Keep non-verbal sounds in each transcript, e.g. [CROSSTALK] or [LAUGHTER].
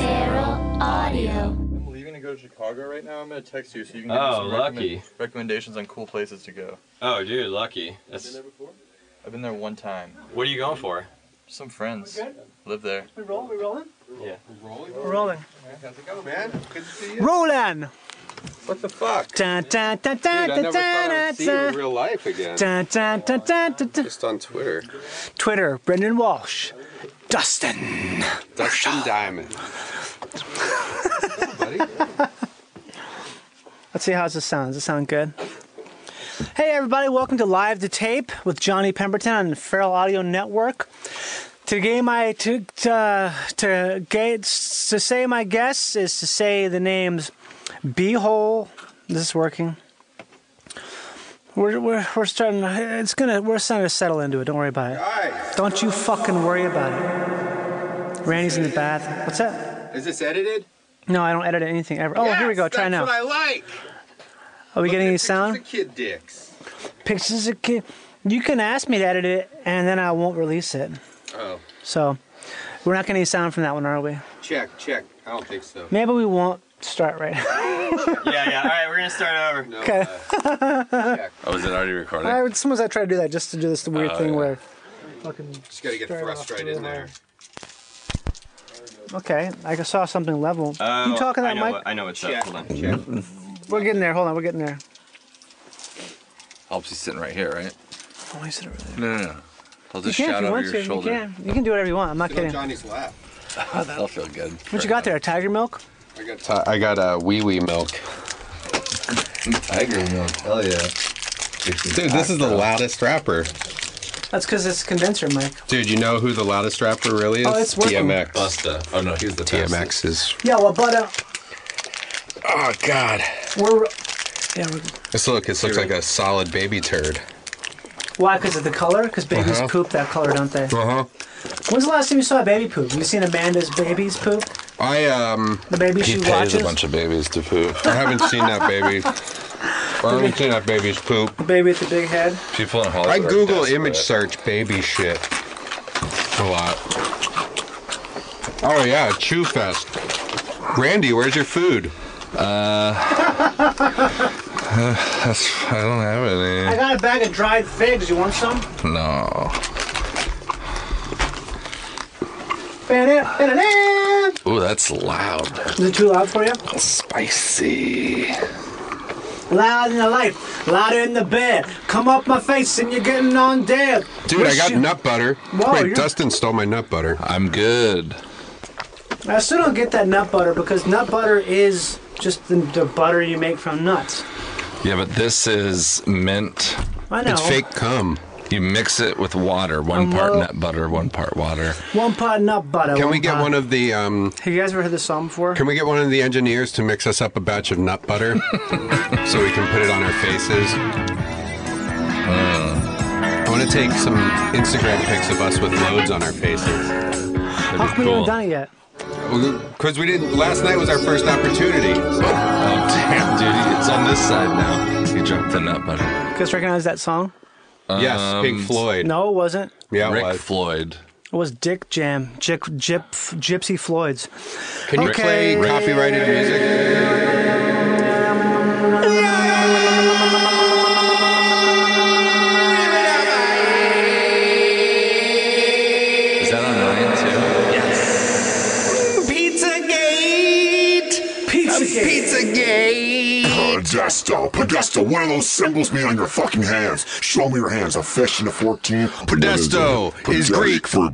Feral Audio. I'm leaving to go to Chicago right now. I'm gonna text you so you can give me Oh, some lucky. recommendations on cool places to go. Oh, dude, lucky. That's, before? I've been there one time. what are you going for? Some friends live there. We rolling? We rolling? Yeah. Rolling. We're rolling. How's it going, man? Good to see you. Roland. What the fuck? Dun, dun, dun, dun, Dude, I dun, never thought dun, I'd see you in dun, real life again. dun, dun, dun, dun, dun, dun. Just on Twitter. Twitter, Brendan Walsh. Dustin. Dustin Diamond. Buddy? Let's see how this sounds. Does it sound good? Hey, everybody, welcome to Live to Tape with Johnny Pemberton on the Feral Audio Network. Today, my to to to, ga- to say my guess is to say the names Beehole. This is working. We're, we're, we're starting. It's gonna. We're starting to settle into it. Don't worry about it. Hi. Don't you fucking worry about it. Randy's in the bath. What's that? Is this edited? No, I don't edit anything ever. Oh, here we Yes, go. Try that's now. what I like. Are we getting any Pictures sound? of kid dicks. pictures of kid. You can ask me to edit it, and then I won't release it. Oh, So we're not getting any sound from that one, are we? check, check. I don't think so. Maybe we won't start [LAUGHS] right. [LAUGHS] Yeah, yeah. All right, we're gonna start over. No, Okay. uh, check. Oh, is it already recording? I, sometimes I try to do that just to do this weird Oh, thing yeah. where. Fucking Just gotta get Fair thrust enough, right in really. there. okay, I saw something level. Oh, you talking I that know mic? what- I know what's Check, up. Hold on. check. We're getting there. Hold on, we're getting there. [LAUGHS] Helps you sitting right here, right? Oh, I said it over there. No, no, no. I'll just You can if shout you over want your to. You shoulder. can. You can do whatever you want. I'm not Sit on kidding. Johnny's lap. Oh, [LAUGHS] that'll feel good. What you got there? Tiger milk? I got, t- I got uh, wee wee milk. Tiger milk. Hell yeah. Dude, this is the loudest rapper. That's because it's condenser mic. Dude, you know who the loudest rapper really is? Oh, it's working. DMX. Busta. Oh no, he's the DMX is. Yeah, well, but uh, Oh God. we're. Yeah, we're, This look. This looks like a solid baby turd. why? Because of the color? Because babies Uh-huh. poop that color, don't they? Uh huh. When's the last time you saw a baby poop? You seen Amanda's babies poop? I um. The baby He she pays watches. a bunch of babies to poop. [LAUGHS] I haven't seen that baby. I haven't seen that baby's poop. [LAUGHS] The baby with the [LAUGHS] big head. People in Hollywood. I are Google desperate. image search baby shit a lot. Oh yeah, Chew Fest. Randy, where's your food? Uh, that's, I don't have I any. got a bag of dried figs. You want some? No. Is Ooh, that's loud. it too loud for you? Spicy. Loud in the light, louder in the bed. Come up my face and you're getting on dead. Dude, I Wish got you- nut butter. Whoa, Wait, you're- Dustin stole my nut butter. I'm good. I still don't get that nut butter because nut butter is just the, the butter you make from nuts. Yeah, but this is mint. I know. It's fake cum. You mix it with water. One Um, part well- nut butter, one part water. One pot nut butter. Can we get one of the um? Have you guys ever heard this song before? Can we get one of the engineers to mix us up a batch of nut [LAUGHS] butter so we can put it on our faces? Uh. I want to take some Instagram pics of us with loads on our faces. How come we haven't done it yet? Because we didn't, last night was our first opportunity. Oh [LAUGHS] damn, dude! It's on this side now. You dropped the nut butter. You guys recognize that song? yes, Pink Floyd. No, it wasn't. Yeah, it Rick was. Floyd. It was Dick Jam, Gyp, Gyp, Gypsy Floyd's. Can you Okay. play copyrighted music? Is that on mine too? Pizzagate. Podesto, Podesto, one of those symbols made on your fucking hands. Show me your hands. A fish and a 14. Podesto is Greek. for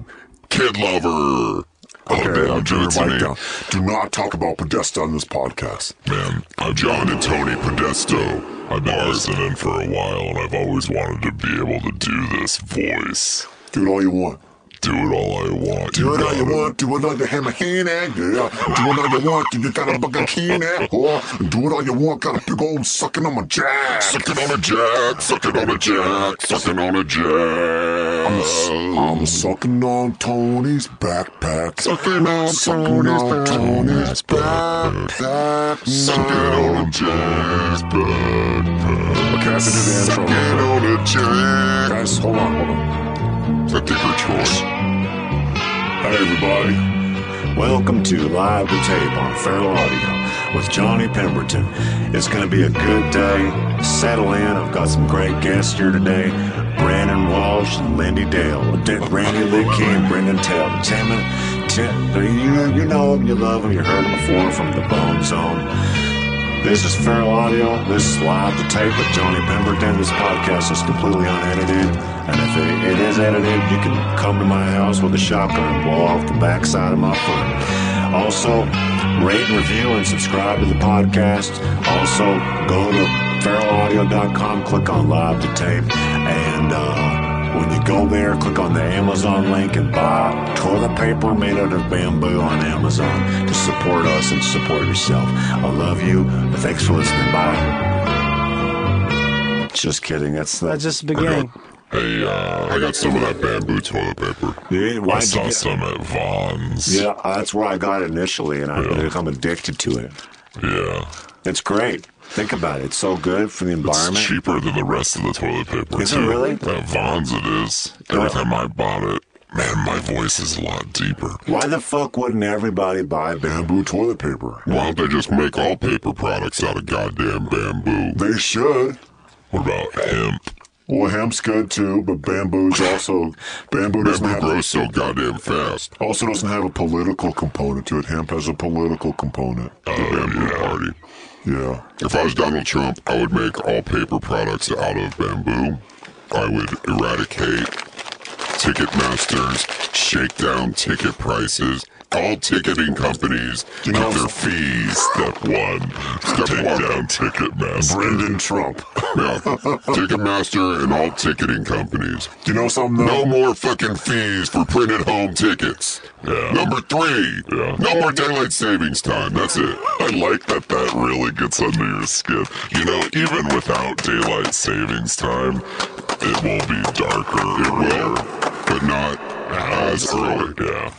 kid lover. Okay, oh, man, John and Tony. Do not talk about Podesta on this podcast. Man, I'm John and Tony Podesto. I've been listening for a while and I've always wanted to be able to do this voice. Do it all you want. Do it all I want. Do it all you want. Do it all you have a hand at. eh? Yeah. Do it all you want. You got a fucking can at. Oh, do it all you want. Got a big old sucking on my jack. Sucking on a jack. Sucking on a jack. Sucking on a jack. I'm, s- I'm sucking on Tony's backpack. Sucking on Tony's, on Tony's backpack. Sucking on a jack's backpack. Okay, I have to do the intro. Sucking on a jack. Guys, hold on, hold on. I think her choice. Hey everybody, Welcome to Live to Tape on Feral Audio with Johnny Pemberton. It's going to be a good day. Settle in. I've got some great guests here today. Brandon Walsh and Lindy Dale, D- Randy Lickie and Brendan Tell. Timon, Tim, you know, you know them, you love them, you heard them before from the Bone Zone. This is Feral Audio. This is live to tape with Johnny Pemberton. This podcast is completely unedited, and if it, it is edited, you can come to my house with a shotgun and blow off the backside of my foot. Also, rate and review and subscribe to the podcast. Also, go to feralaudio.com, click on live to tape, and uh, when you go there, click on the Amazon link and buy toilet paper made out of bamboo on Amazon to support us and support yourself. I love you. Thanks for listening. Bye. Just kidding. That's the. That's just the beginning. Hey, uh, I got some of that bamboo toilet paper. Yeah, I why'd you saw get- some at Vaughn's. Yeah, that's where I got it initially, and I've Yeah. become addicted to it. Yeah. It's great. Think about it. It's so good for the environment. It's cheaper than the rest of the toilet paper. Is it too. really? At Vaughn's it is. Every time I bought it, man, my voice is a lot deeper. Why the fuck wouldn't everybody buy bamboo toilet paper? Why don't they just make all paper products out of goddamn bamboo? They should. What about hemp? Well, hemp's good too, but bamboo's also bamboo doesn't Bamboo have a, grows so goddamn fast. also doesn't have a political component to it. Hemp has a political component. Uh, bamboo party. Yeah. If I was Donald Trump, I would make all paper products out of bamboo. I would eradicate Ticketmasters, shakedown ticket prices, all ticketing companies You know- get their fees. Step one, step one down Ticketmaster. Brendan Trump. [LAUGHS] Yeah, Ticketmaster and all ticketing companies. You know something though? No more fucking fees for printed home tickets. Number three, no more daylight savings time. That's it. I like that that really gets under your skin. You know, even without daylight savings time, it will be darker. It will, but not as early. Yeah.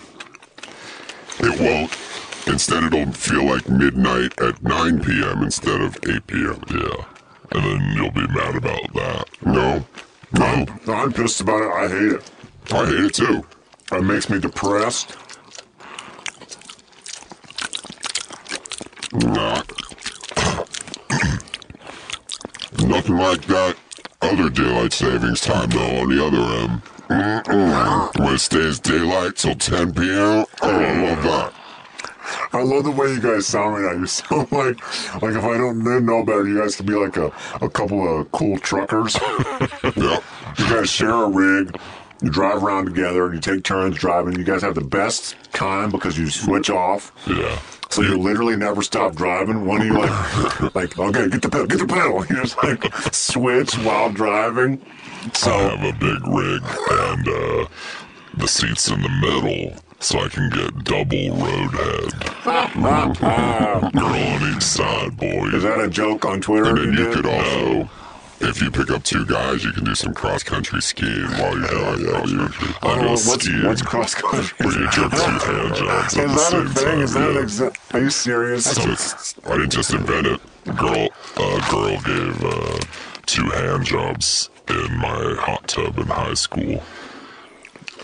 It won't. Instead, it'll feel like midnight at 9 p.m. instead of 8 p.m. Yeah. And then you'll be mad about that. No. No. I'm pissed about it. I hate it. I hate it too. It makes me depressed. Nah. [COUGHS] Nothing like that other daylight savings time though on the other end. Mm-mm. When it stays daylight till 10 p.m., oh, I love that. I love the way you guys sound right now. You [LAUGHS] sound like like if I don't kn- know better, you guys could be like a, a couple of cool truckers. [LAUGHS] Yep. you guys share a rig, you drive around together, and you take turns driving. You guys have the best time because you switch off. Yeah. So you literally never stop driving. One of you [LAUGHS] like, like okay, get the pedal, get the pedal. [LAUGHS] You just like switch while driving. I have a big rig and uh, the seat's in the middle so I can get double road [LAUGHS] head. Girl on each side, boy. Is that a joke on Twitter? And then you did? could also, if you pick up two guys, you can do some cross country skiing while you're down there. I don't You- I go know, Oh, what's, skiing what's cross country? where you jerk [LAUGHS] two hand jobs at the Is that a same thing? time. Is that an yeah. exa- Are you serious? So it's- I didn't just invent it. Girl, uh, girl gave uh, two hand jobs in my hot tub in high school.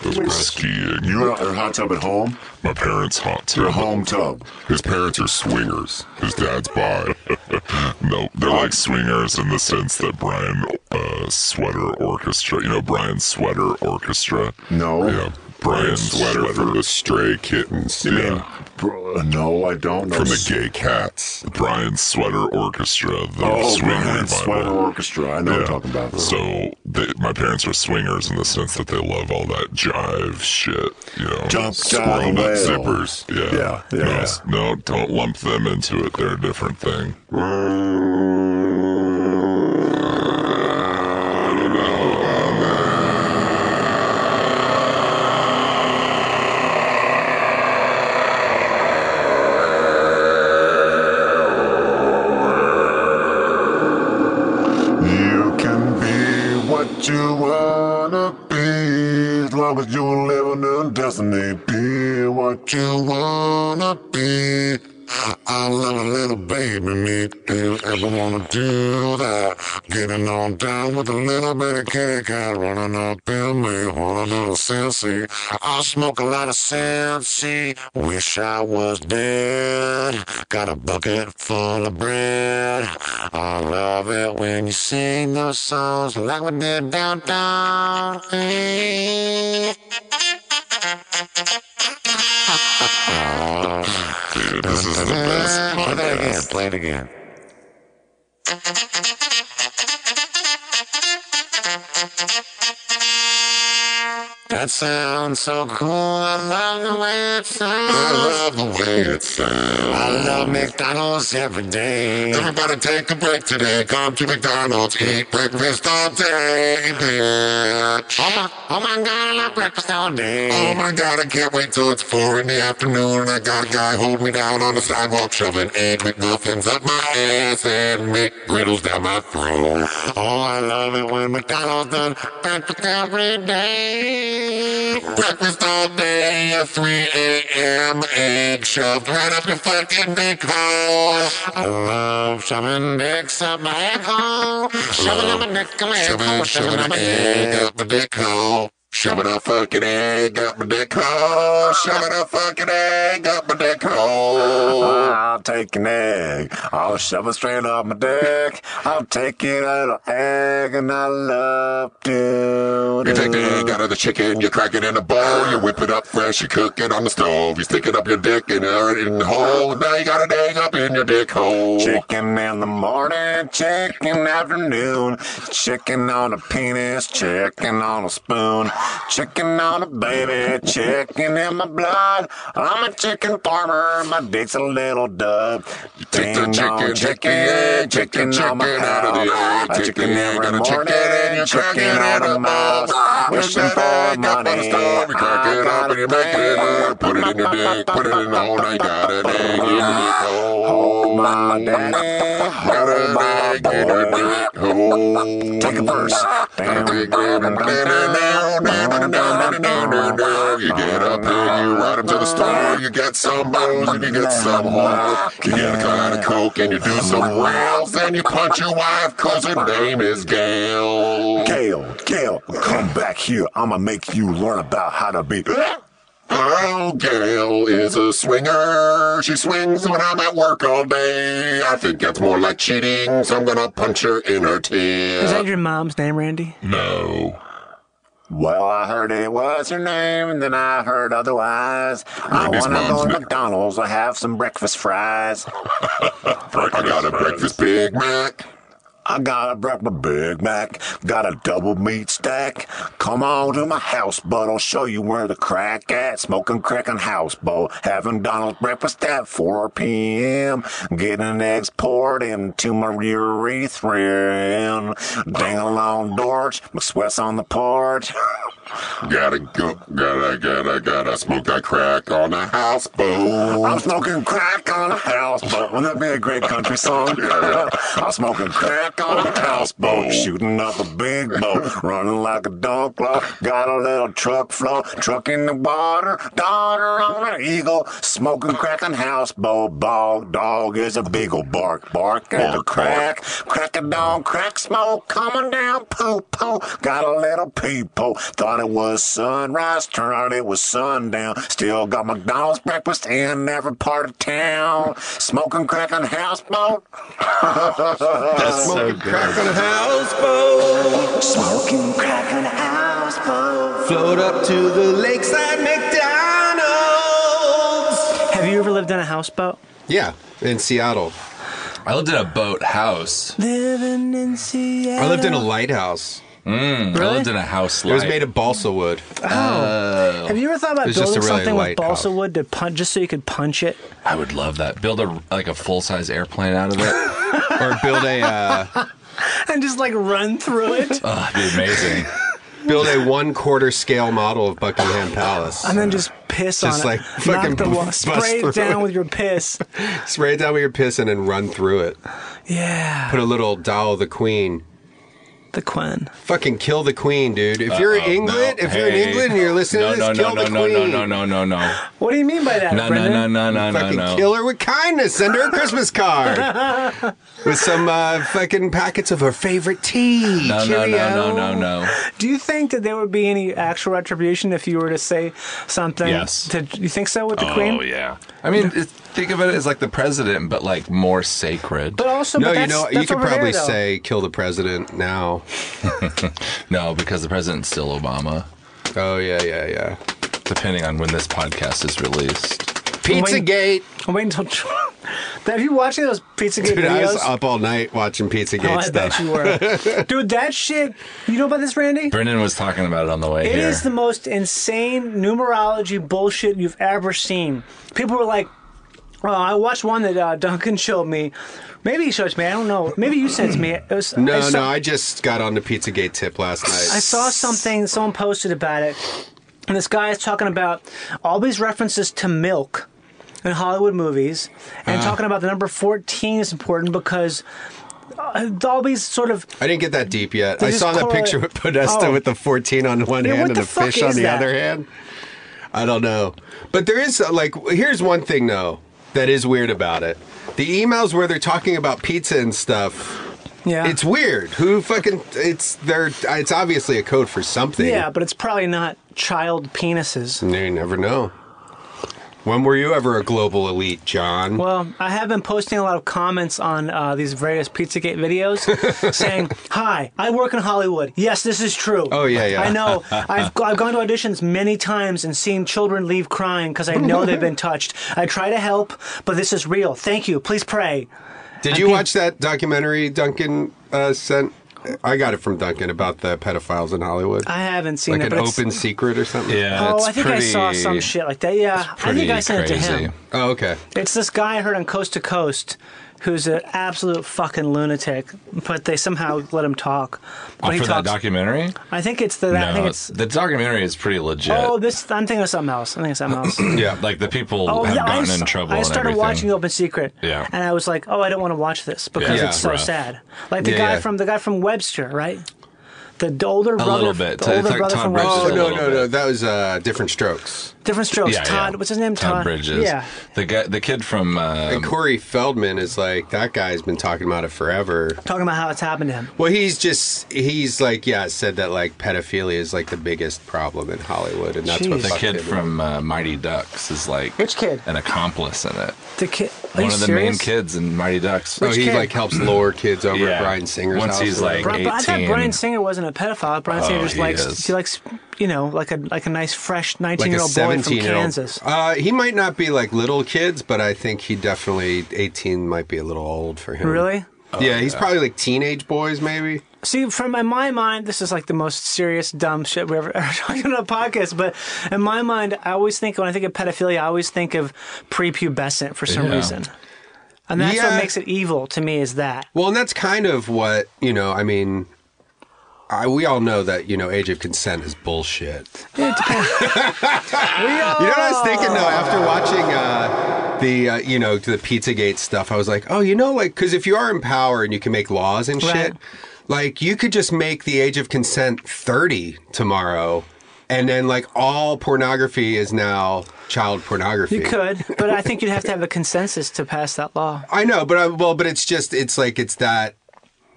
Those were skiing. You in a hot tub at home? My parents' hot Your tub. home tub. His parents are swingers. His dad's bi. [LAUGHS] no, they're like swingers in the sense that Brian uh, Sweater Orchestra, you know, Brian Sweater Orchestra. No. Yeah. Brian Sweater, for the Stray Kittens. Yeah. Bro, no, I don't know. From the Gay Cats. Brian Sweater Orchestra, the oh, swing Brian revival. Sweater Orchestra. I know what I'm talking about. So they, my parents are swingers in the sense that they love all that jive shit, you know, Jump, jive, squirrel nut wail. zippers. Yeah, Yeah, yeah, No, yeah. s- No, don't lump them into it. They're a different thing. You can be what you wanna be as long as you live in your destiny. Be what you wanna be. Ah, ah. I love a little baby meat. If ever wanna do that, getting on down with a little bit of kitty cat running up in me, want a little sissy. I smoke a lot of sissy. Wish I was dead. Got a bucket full of bread. I love it when you sing those songs like we did downtown. [LAUGHS] Dude, this is the best podcast. Uh, Play it again. That sounds so cool. I love the way it sounds. I love the way it sounds. I love McDonald's every day. Everybody take a break today. Come to McDonald's. Eat breakfast all day, bitch. Oh my, oh my god, I love breakfast all day. Oh my god, I can't wait till it's four in the afternoon. and I got a guy holding me down on the sidewalk, shoving egg McMuffins up my ass and McGriddles down my throat. Oh, I love it when McDonald's done breakfast every day. Breakfast all day at 3 a.m. Egg shoved right up your fucking dick hole. I love shoving dicks up my asshole. Shoving up my dick up my asshole. Shoving, Shoving shoving up an my egg dick. up my dick hole. Shoving a fucking egg up my dick hole. Shoving a fucking egg up my dick hole. I'll take an egg. I'll shove it straight up my dick. I'll take it out of egg and I love to. You take the egg out of the chicken, you crack it in a bowl, you whip it up fresh, you cook it on the stove, you stick it up your dick in there in the hole. Now you got an egg up in your dick hole. Chicken in the morning, chicken afternoon, chicken on a penis, chicken on a spoon, chicken on a baby, chicken in my blood. I'm a chicken farmer, my dick's a little dove. Take the Ding dong, chicken, take the egg, take the on my chicken out of the egg, house. A take the chicken egg out every of chicken, and morning, you crack it chicken out out of of the the mouth. mouth. Wishing Wishing egg for up on the money. stove, you crack I it up got and you a make it, thing. put it in your dick, put it in the hole, now you got an egg in your dick hole. My daddy, Got hold an my egg in your boy. dick hole. Take a verse. You get up and you ride 'em to the store. You get some booze and you get some horn. You get a kind of coke and you do some rails. Then you punch your wife cause her name is Gail. Gail, Gail, come back here. I'ma make you learn about how to be. Oh, Gail is a swinger. She swings when I'm at work all day. I think that's more like cheating, so I'm gonna punch her in her Is that teeth. your mom's name, Randy? No. Well, I heard it was her name, and then I heard otherwise. I Randy's wanna go mom's to name. McDonald's. I have some breakfast fries. [LAUGHS] I got a breakfast Big Mac. I got a breakfast Big Mac, got a double meat stack. Come on to my house, bud. I'll show you where the crack at. Smoking crack and house, bo. Having Donald's breakfast at 4 p.m. Getting eggs poured into my urethra. Ding along, Dorch. McSweat's on the porch. [LAUGHS] Gotta go, gotta, gotta, gotta smoke a crack on a houseboat. I'm smoking crack on a houseboat. Wouldn't that be a great country song? I'm smoking crack on a houseboat, shooting up a big boat, running like a dog glow. Got a little truck flow, truck in the water, daughter on an eagle, smoking crack on houseboat. Bog dog is a beagle, bark, bark at the crack, crack a dog, crack smoke coming down, poo poo. Got a little peepo, thought it was sunrise, turned out it was sundown. Still got McDonald's breakfast in every part of town, smoking crack on houseboat. [LAUGHS] That's so good. Crack on a houseboat, Smoking crack in the houseboat. float up to the lakeside McDonald's. Have you ever lived on a houseboat? Yeah, in Seattle. I lived in a boat house. Living in Seattle. I lived in a lighthouse. Mm, I Really? lived in a house. It was made of balsa wood. Oh. Have you ever thought about It's Oh. just building a really something with light balsa house. wood to punch, just so you could punch it? I would love that. Build a like a full size airplane out of it. [LAUGHS] Or build a uh, and just like run through [LAUGHS] it, oh, it'd be amazing. [LAUGHS] build a one quarter scale model of Buckingham Palace. and then just piss Just, on like, it, fucking knock the wall, bust spray through it down it. with your piss. [LAUGHS] Spray it down with your piss and then run through it. Yeah, Put a little doll of the queen the Quen. Fucking kill the queen, dude. If you're in Uh-oh, England, no. if you're in Hey. England and you're listening no, to this, no, kill no, the no, queen. no, no, no, no, no. What do you mean by that, No, no, Brendan? no, no, no, no, fucking no. kill her with kindness. Send her a Christmas card [LAUGHS] with some uh, fucking packets of her favorite tea. No, no, Cheerio. no, no, no, no. Do you think that there would be any actual retribution if you were to say something? Yes. To, you think so with the Queen? Oh yeah. I mean, it, think of it as like the president, but like more sacred. But also, No, but you that's, know, you that's could over probably there, though. say kill the president now. [LAUGHS] no, because the president's still Obama. Oh yeah, yeah, yeah. Depending on when this podcast is released. Pizzagate. I'm waiting until [LAUGHS] Trump. Have you watching those PizzaGate Dude, I videos? was up all night watching oh, Pizzagate I stuff. bet [LAUGHS] you were. Dude, that shit. You know about this, Randy? Brendan was talking about it on the way It here. is the most insane numerology bullshit you've ever seen. People were like, oh, I watched one that uh, Duncan showed me. Maybe he showed it to me. I don't know. Maybe you sent it to me. It was, No, I saw- no, I just got on the Pizzagate tip last night. I saw something someone posted about it, and this guy is talking about all these references to milk in Hollywood movies, Uh. and talking about the number fourteen is important because uh, all these sort of I didn't get that deep yet. They I just saw that correlate- picture with Podesta Oh. with the 14 on one Yeah, what hand and the the fuck fish on is the that? other hand. I don't know. But there is, uh, like, here's one thing, though, that is weird about it. The emails where they're talking about pizza and stuff, yeah, it's weird. Who fucking, it's, they're, it's obviously a code for something. yeah, but it's probably not child penises. You never know. When were you ever a global elite, John? Well, I have been posting a lot of comments on uh, these various Pizzagate [LAUGHS] videos saying, Hi, I work in Hollywood. Yes, this is true. Oh, yeah, yeah. [LAUGHS] I know. I've, I've gone to auditions many times and seen children leave crying because I know they've been touched. I try to help, but this is real. Thank you. Please pray. Did I you can't- watch that documentary Duncan uh, sent? I got it from Duncan about the pedophiles in Hollywood. I haven't seen like it. an but it's- open secret or something? yeah. Oh, it's I think I pretty, saw some shit like that. Yeah, I think pretty I sent it to crazy. him. Oh, okay. It's this guy I heard on Coast to Coast who's an absolute fucking lunatic, but they somehow let him talk. But Oh, he for that talks. documentary? I think it's the. I no, think it's. the documentary is pretty legit. Oh, [CLEARS THROAT] this. I'm thinking of something else. I'm thinking of something else. Yeah. like the people Oh, have yeah, I, gotten s- in trouble. I and started everything. watching Open Secret. Yeah. And I was like, oh, I don't want to watch this because Yeah. it's Yeah, so rough. sad. Like the Yeah, guy yeah. from the guy from Webster, right? The d- older brother. little bit. The older Todd- brother Todd from Bridges. Oh Webster. Just a no little no bit. no! That was uh, different strokes. Different Strokes. Yeah, Todd. yeah. What's his name? Todd, Bridges. Yeah. The guy, the kid from um, And Corey Feldman is like that guy's been talking about it forever. Talking about how it's happened to him. Well, he's just he's like yeah said that like pedophilia is like the biggest problem in Hollywood, and that's what Jeez. the fucked kid him. from uh, Mighty Ducks is like Which kid? an accomplice in it. The kid. Are One you of the main serious? kids in Mighty Ducks. Oh, he kid? like helps lure kids over at Brian Singer's Once house. he's like Bri- but I thought 18. Brian Singer wasn't a pedophile. Brian Oh, Singer just he likes is. he likes you know like a like a nice fresh like nineteen a year old boy from 17 year old. Kansas. Uh, he might not be like little kids, but I think he definitely 18 might be a little old for him. Really? Oh, yeah, Oh, he's probably like teenage boys, maybe. See, from in my mind, this is like the most serious dumb shit we ever, [LAUGHS] ever talking on a podcast. But in my mind, I always think when I think of pedophilia, I always think of prepubescent for some Yeah. reason, and that's Yeah. what makes it evil to me. Is that Well, and that's kind of what you know. I mean, I, we all know that you know age of consent is bullshit. it depends. You know what I was thinking though after watching uh, the uh, you know the Pizzagate stuff, I was like, oh, you know, like because if you are in power and you can make laws and shit, Right. like you could just make the age of consent thirty tomorrow, and then like all pornography is now child pornography. you [LAUGHS] could, but I think you'd have to have a consensus to pass that law. I know, but I, well, but it's just it's like it's that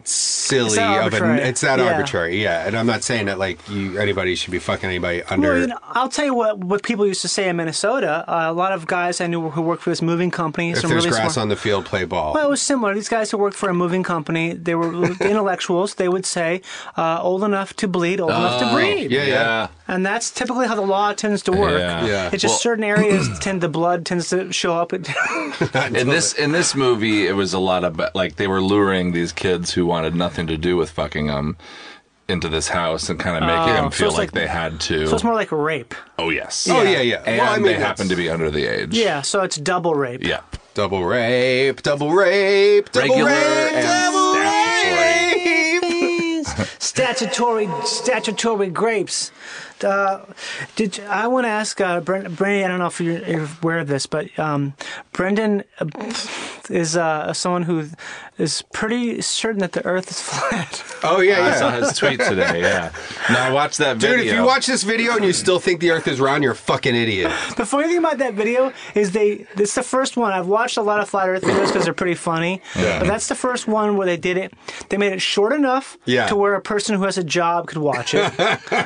silly It's that of an arbitrary. it's that Yeah. arbitrary, yeah. And I'm not saying that like you anybody should be fucking anybody under. Well, you know, I'll tell you what what people used to say in Minnesota. Uh, a lot of guys I knew who worked for this moving company. if some there's really grass smart- on the field, play Oh. ball. Well, it was similar. These guys who worked for a moving company, they [LAUGHS] were intellectuals. They would say, uh, "Old enough to bleed, old enough Oh. to breed," yeah, yeah, and that's typically how the law tends to work. Yeah. Yeah. It's just Well- certain [CLEARS THROAT] areas tend the blood tends to show up. [LAUGHS] [LAUGHS] At, in this in this movie, it was a lot of like they were luring these kids who wanted nothing to do with fucking them into this house and kind of making them Uh, Oh. so feel it's like, like- they had to. so it's more like rape. oh yes. Oh yeah, yeah. And well, I mean, they that's- happen to be under the age. Yeah, so it's double rape. Yeah. double rape, double rape, double Regular rape, and double statutory. rape. [LAUGHS] statutory statutory grapes. Uh, did you- I want to ask uh, Bren- Brendan? I don't know if you're, you're aware of this, but um, Brendan, uh, is uh, someone who is pretty certain that the Earth is flat. Oh yeah, I saw yeah. his tweet today. [LAUGHS] Yeah. Now I watched that Dude, video. if you watch this video and you still think the Earth is round, you're a fucking idiot. The funny thing about that video is they. This is the first one I've watched a lot of flat Earth videos because they're pretty funny. But that's the first one where they did it. They made it short enough Yeah. to where a person who has a job could [LAUGHS] watch it,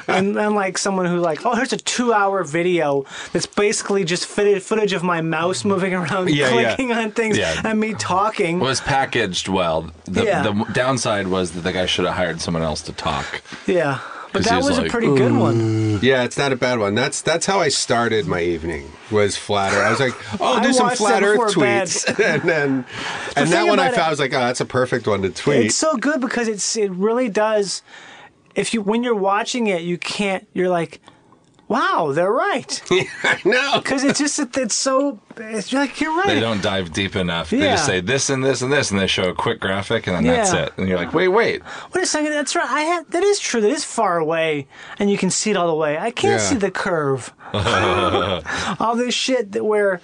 and then like someone who like, oh, here's a two-hour video that's basically just fitted footage of my mouse moving around, Yeah, yeah. clicking on things, Yeah. and me [LAUGHS] talking. was packaged well. The, Yeah. the downside was that the guy should have hired someone else to talk. Yeah. 'Cause But that he was was a like, pretty good one. Yeah, it's not a bad one. That's that's how I started my evening was flat Earth. I was like, oh, I I'll do some watched flat that Earth before bed. tweets, [LAUGHS] and then and that thing one I about it- found I was like, oh, that's a perfect one to tweet. It's so good because it's it really does. If you when you're watching it, you can't. You're like, wow, [LAUGHS] they're right. no, Because it's just that it's so. It's like you're right. They don't dive deep enough. They just Yeah. say this and this and this, and they show a quick graphic, and then that's Yeah. it. And you're like, wait, wait. Wait a second. That's right. I had that is true. That is far away, and you can see it all the way. I can't Yeah. see [LAUGHS] the curve. all this shit that where.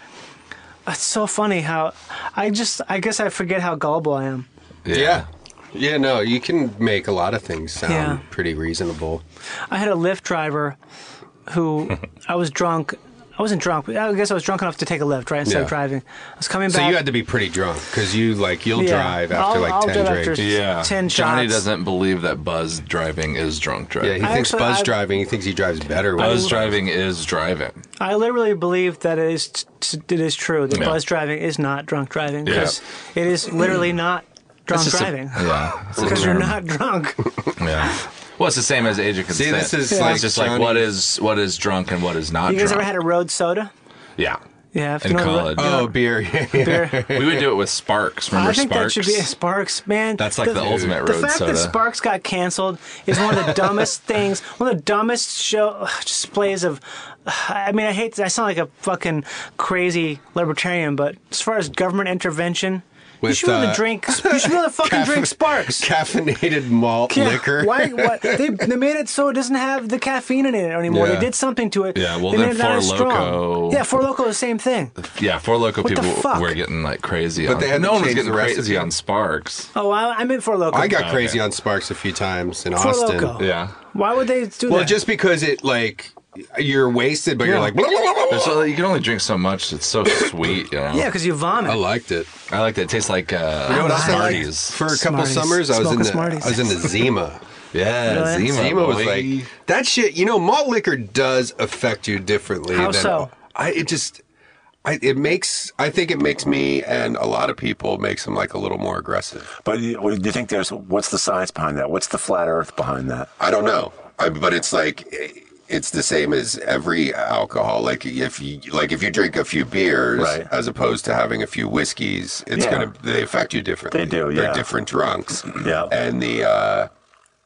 It's so funny how I just I guess I forget how gullible I am. yeah. Yeah, no, you can make a lot of things sound Yeah. pretty reasonable. I had a Lyft driver [LAUGHS] who I was drunk. I wasn't drunk, but I guess I was drunk enough to take a lift, right? Instead Yeah. of driving, I was coming back. So you had to be pretty drunk because you like you'll Yeah. drive after I'll- like I'll ten drive drinks. after- Yeah. 10 Johnny shots. doesn't believe that buzz driving is drunk Yeah, he driving. thinks actually- buzz I- driving. He thinks he drives better. when buzz he's- driving is driving. I literally believe that it is t- t- it is true that Yeah. buzz driving is not drunk driving because it is [CLEARS THROAT] literally not drunk It's just a- driving yeah. it's a because you're term. not drunk. Yeah. Well, it's the same as age of consent. this is It's like just like Johnny- what is what is drunk and what is not You guys drunk. ever had a road soda? yeah. Yeah, if In know the ro- college. you know, Oh, beer. [LAUGHS] Yeah, beer. We would do it with Sparks. Remember I think that Sparks? should be Sparks, man. That's like the, ultimate The road fact soda. that Sparks got canceled is one [LAUGHS] of the dumbest things, one of the dumbest show displays of. I mean, I hate. I sound like a fucking crazy libertarian, but as far as government intervention, you With, should be able uh, to drink. You should be [LAUGHS] able [LAUGHS] to fucking drink Sparks. Caffeinated malt Yeah, liquor. Why? [LAUGHS] What? They, they made it so it doesn't have the caffeine in it anymore. Yeah. They did something to it. Yeah, well, they then made it not Four as strong. Loko- Yeah, Four Loco, the same thing. yeah, four local What the people fuck? were getting like crazy. But on, they had to no one was change getting the recipe. crazy on Sparks. Oh, I, I'm in Four Loco. I got Okay. crazy on Sparks a few times in Four Austin. Loko. Yeah. Why would they do Well, that? just because it like you're wasted, but you're Yeah. like. [LAUGHS] "Blah, blah, blah, blah, blah." There's, you can only drink so much. It's so sweet, you know. yeah, because you vomit. I liked it. I like that. It tastes like uh, You know what else I liked? Smarties. For a couple Smarties. summers, I was Smoking in the Smarties. I was in [LAUGHS] the Zima. yeah, Really? Zima. Zima was boy. like that shit. You know, malt liquor does affect you differently. How so? I it just. I, it makes. I think it makes me and a lot of people makes them like a little more aggressive. But you, what do you think there's what's the science behind that? What's the flat Earth behind that? I don't know, I, but it's like it's the same as every alcohol. Like if you like if you drink a few beers Right. as opposed to having a few whiskeys, it's Yeah. gonna they affect you differently. They do, They're yeah. different drunks. [CLEARS THROAT] Yeah. and the. uh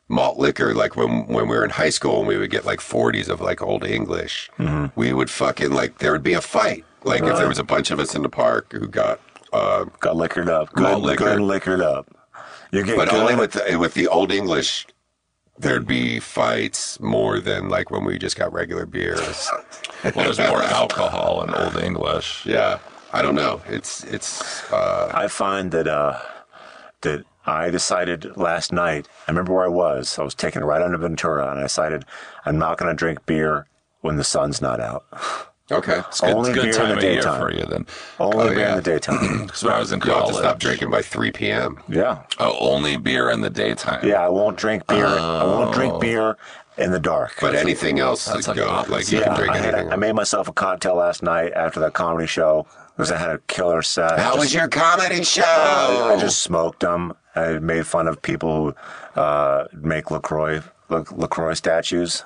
malt liquor like when when we were in high school and we would get like 40s of like old english Mm-hmm. we would fucking like there would be a fight like if there was a bunch of us in the park who got uh Got liquored up. Good, Malt liquor. good liquored up. You're getting but good. only with the, with the old english there'd be fights more than like when we just got regular beers [LAUGHS] well, there's more alcohol in Old English. yeah i don't know it's it's uh I find that uh, that I decided last night. I remember where I was. I was taking a ride on to Ventura, and I decided I'm not going to drink beer when the sun's not out. okay only Good beer time in of the year daytime. for you then. Only Oh, beer yeah. in the [CLEARS THROAT] daytime. Because when I was in you have college, to stop drinking by 3 p.m yeah, Oh, only beer in the daytime. Oh. yeah. I won't drink beer. I won't drink beer in the dark. Oh. but anything else is like go. opposite. like you yeah, can drink I, had a- anything I made myself a cocktail last night after that comedy show because I had a killer set. how Just- was your comedy show I just smoked them. I made fun of people who uh, make Lacroix La- Lacroix statues.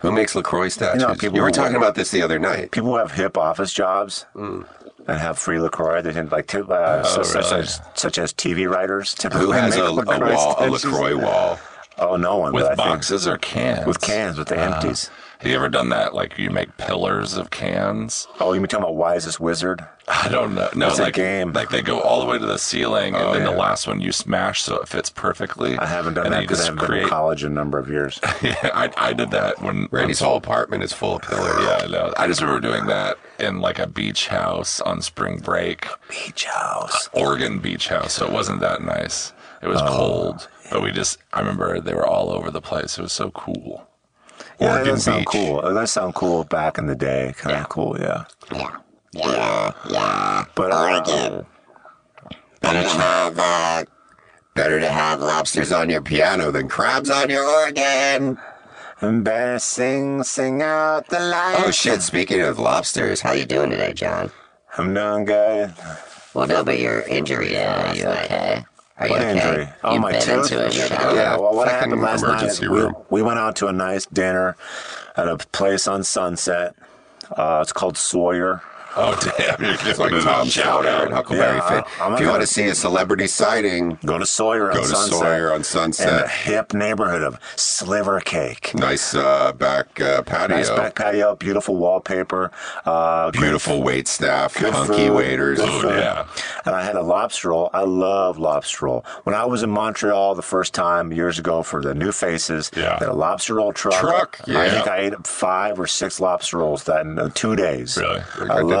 Who makes Lacroix statues? You know, people you were who- talking about this the other night. People who have hip office jobs Mm. and have free Lacroix. They tend like t- uh, such, such as such as TV writers. Who Typically has a, make a wall, a statues. Lacroix wall? Oh, no one. but I With think- boxes or cans. with cans, with the empties. Uh, Have you ever done that? Like you make pillars of cans? Oh, you mean talking about Wisest Wizard? I don't know. No, It's a like game. Oh, Like they go all the way to the ceiling, and then the yeah. last one you smash so it fits perfectly. I haven't done and that then you because I just haven't been create- in college in a number of years. [LAUGHS] Yeah, I, I did that when Randy's whole apartment is full of pillars. Yeah, I know. I just remember doing that in like a beach house on spring break, Beach House. Oh. Oregon beach house. So it wasn't that nice. It was cold, but we just I remember they were all over the place. It was so cool. Yeah, that Oregon does sound Beach. cool. That does sound cool back in the day. Kind of cool, yeah. Yeah, yeah, yeah. But, uh, Oregon. Better to have uh, better to have lobsters on your piano than crabs on your organ. And best sing, sing out the light. Oh shit! Speaking of lobsters, how you doing today, John? I'm doing good. Well, no, but your injury. Uh, are you okay? Are you What okay? injury? Oh, You've my been tooth. into it, you know? Yeah. Well, what Fucking happened last night? is emergency we, room. we went out to a nice dinner at a place on Sunset. Uh, it's called Sawyer. Oh damn! [LAUGHS] You're just like like Tom Tom Chowder Chowder. and Huckleberry Yeah, Finn. I'm if you not- want to see a celebrity sighting, Go to Sawyer go on to Sunset. Sawyer on in Sunset. the hip neighborhood of Sliver Cake. nice uh, back uh, patio. Nice back patio, beautiful wallpaper. Uh, great Beautiful wait staff, Good hunky food, waiters. good Oh food. yeah. And I had a lobster roll. I love lobster roll. When I was in Montreal the first time years ago for the New Faces, Yeah. they had a lobster roll truck. Truck, I yeah. think I ate five or six lobster rolls that in uh, two days. Really? I,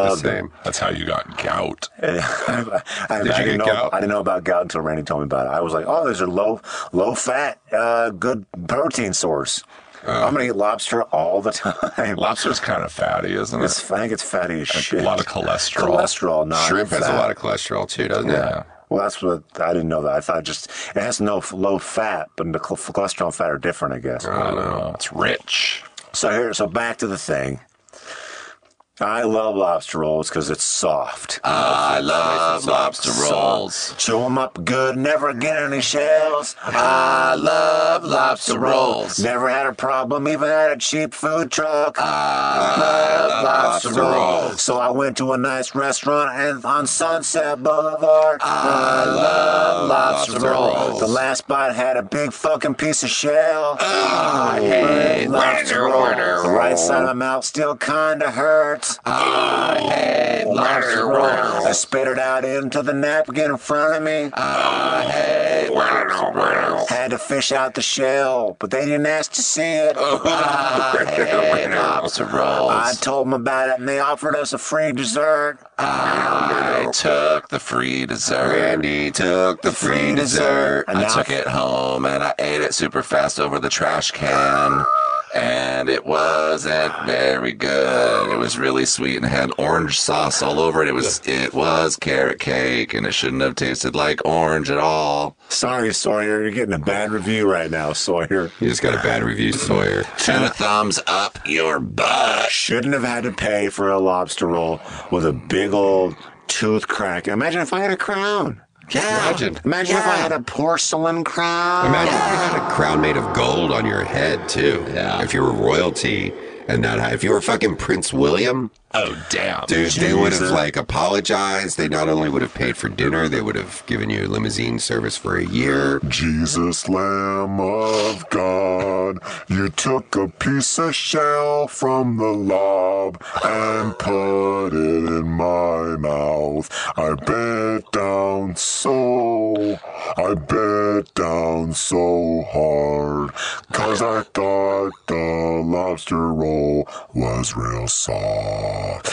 did the love same. them. That's how you got [LAUGHS] gout. I, I Did you didn't get know, gout? I didn't know about gout until Randy told me about it. I was like, oh, these are low, low fat, uh, good protein source. I'm gonna eat lobster all the [LAUGHS] time. Oh. Lobster's kind of fatty, isn't it? It's, I think it's fatty as shit. a lot of cholesterol. Cholesterol, not Shrimp has a fat. lot of cholesterol too, doesn't Yeah. Well, that's what I didn't know that. I thought just it has no f- low fat, but the cl- cholesterol and fat are different, I guess. it? I don't know. It's rich. So here, so back to the thing. I love lobster rolls because it's soft. [LAUGHS] I love lobster rolls. Chew 'em up good, never get any shells. I love lobster rolls. Never had a problem, even at a cheap food truck. I love lobster rolls. So I went to a nice restaurant and on Sunset Boulevard. I love lobster rolls. The last bite had a big fucking piece of shell. I hate lobster rolls. The right side of my mouth still kinda hurts. Oh, Lobster rolls. I spit it out into the napkin in front of me. Had to fish out the shell, but they didn't ask to [LAUGHS] see it. [LAUGHS] Lobster rolls. I told them about it, and they offered us a free dessert. I took the free dessert. Randy took the free dessert. And I now- took it home and I ate it super fast over the trash can. And it wasn't very good. It was really sweet and had orange sauce all over it. It was it was carrot cake and it shouldn't have tasted like orange at all. Sorry, Sawyer, you're getting a bad review right now, Sawyer. You just got a bad review, Sawyer. Two thumbs up your butt. Shouldn't have had to pay for a lobster roll with a big old tooth crack. Imagine if I had a crown. Yeah. Imagine. Imagine if I had a porcelain crown. Imagine if you had a crown made of gold on your head too. Yeah. If you were royalty and not if you were fucking Prince William. Oh damn! Dude, they would have Jesus. like apologized. They not only would have paid for dinner, they would have given you limousine service for a year. Jesus, Lamb of God, you took a piece of shell from the lob and put it in my mouth. I bit down so, I bit down so hard, cause I thought the lobster roll was real soft.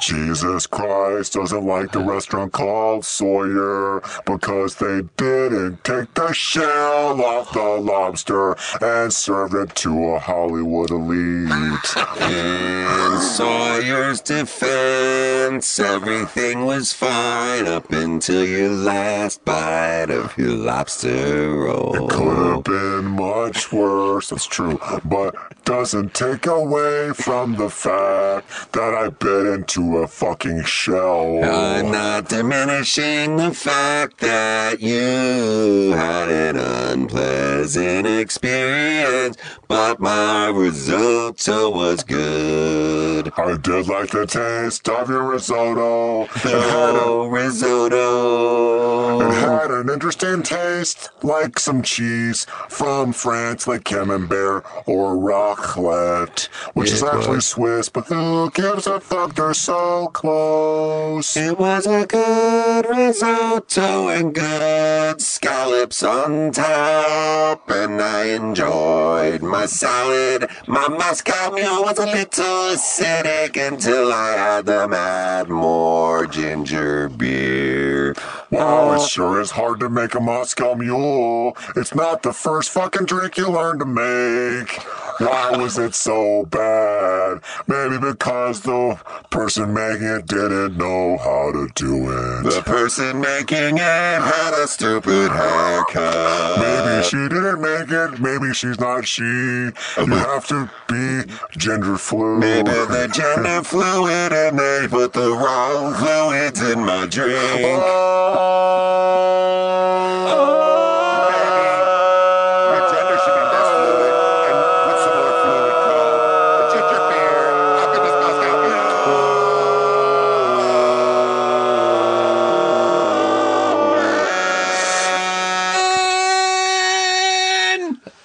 Jesus Christ doesn't like the restaurant called Sawyer because they didn't take the shell off the lobster and served it to a Hollywood elite. In Sawyer's defense, everything was fine up until your last bite of your lobster roll. Could have been much worse, that's true, but doesn't take away from the fact that I bit into into a fucking shell. I'm not diminishing the fact that you had an unpleasant experience, but my risotto was good. I did like the taste of your risotto. Oh, risotto. It had an interesting taste, like some cheese from France, like camembert or raclette, which is actually Swiss, but who gives a fuck? They're so close. It was a good risotto and good scallops on top, and I enjoyed my salad. My Moscow Mule was a little acidic until I had them add more ginger beer. Wow, it sure is hard to make a Moscow Mule. It's not the first fucking drink you learn to make. Why was it so bad? Maybe because the person making it didn't know how to do The it. person making it had a stupid haircut. Maybe she didn't make it. Maybe she's not she. You have to be gender fluid. Maybe the gender fluid and they put the wrong fluids in my drink. Oh. [LAUGHS]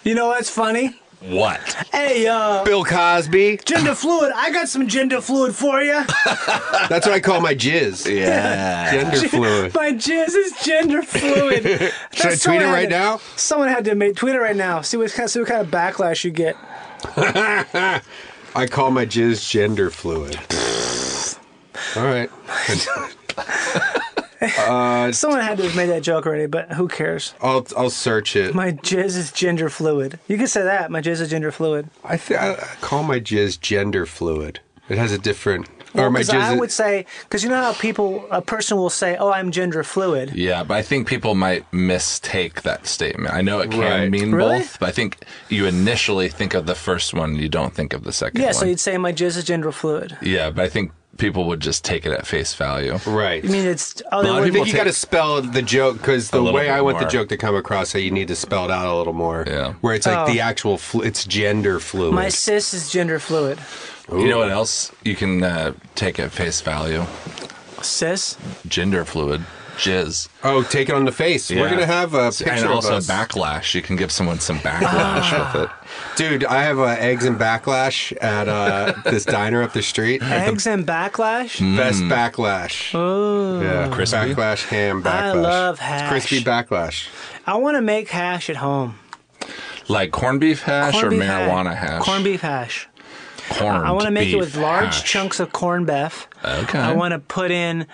You know what's funny? What? Hey, uh, Bill Cosby. gender fluid. I got some gender fluid for you. That's what I call my jizz. [LAUGHS] Yeah. [LAUGHS] [LAUGHS] Gender fluid. [LAUGHS] My jizz is gender fluid. Should I That's- tweet someone it had right to- now? Someone had to make tweet it right now. See what kind of, see what kind of backlash you get. I call my jizz gender [LAUGHS] fluid. All right. Uh, Someone had to have made that joke already, but who cares? I'll I'll search it. My jizz is gender fluid. You can say that. My jizz is gender fluid. I, th- I I call my jizz gender fluid. It has a different. or my 'Cause jizz. I is- would say because you know how people a person will say, "Oh, I'm gender fluid." Yeah, but I think people might mistake that statement. I know it can Right. mean Really? both, but I think you initially think of the first one and you don't think of the second Yeah, one. so you'd say my jizz is gender fluid. yeah, but I think people would just take it at face value. right. I mean, it's Well, oh, they I I wouldn't- think People you got to take- spell the joke because the little way bit I want the more. joke to come across, so you need to spell it out a little more. Yeah. Where it's like Oh. the actual, flu- it's gender fluid. my cis is gender fluid. You know what else you can uh, take at face value? Cis. Gender fluid, jizz. oh, take it on the face. We're Yeah. gonna have a picture and also of us. backlash. You can give someone some Ah. backlash with it. Dude, I have uh, eggs and backlash [LAUGHS] at uh, this diner up the street. Eggs and backlash. Best backlash. Oh, yeah. Hmm. Crispy? Backlash ham backlash. I love It's hash. crispy backlash. I want to make hash at home. Like corned beef hash Corned or beef marijuana hash. Corned beef hash. Corned I want to make it beef with large hash. chunks of corned beef. Okay. I want to put in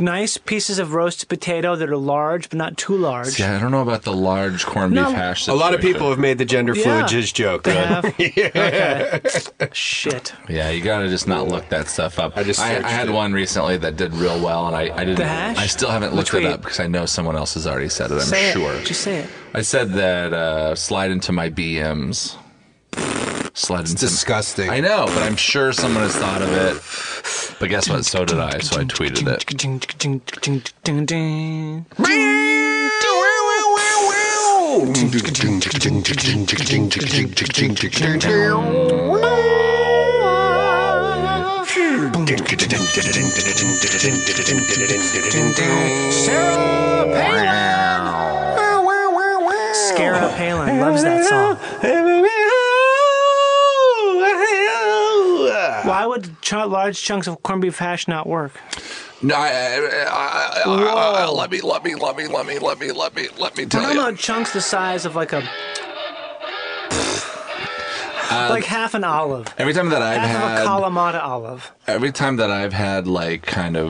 nice pieces of roasted potato that are large but not too large. Yeah, I don't know about the large corned No. beef hash. A lot of people have situation. made the gender Yeah. fluid jizz joke. They have. Okay. Shit. Yeah, you gotta just not look that stuff up. I just I, searched had it. one recently that did real well, and I, I didn't. The hash? I still haven't looked Which it way? up because I know someone else has already said it. I'm Say sure. It. Just say it. I said that uh, slide into my BMs. Slide into Disgusting. I know, but I'm sure someone has thought of it. But guess what? So did I. So I tweeted it. Scarab Palin loves that song. Why would ch- large chunks of corned beef hash not work? No, I, I, I, I, I, let me, let me, let me, let me, let me, let me, let me We're tell talking you. about chunks the size of like a. like half an olive. Um, Every time that Uh, I've Half of a had, Kalamata olive. every time that I've had like kind of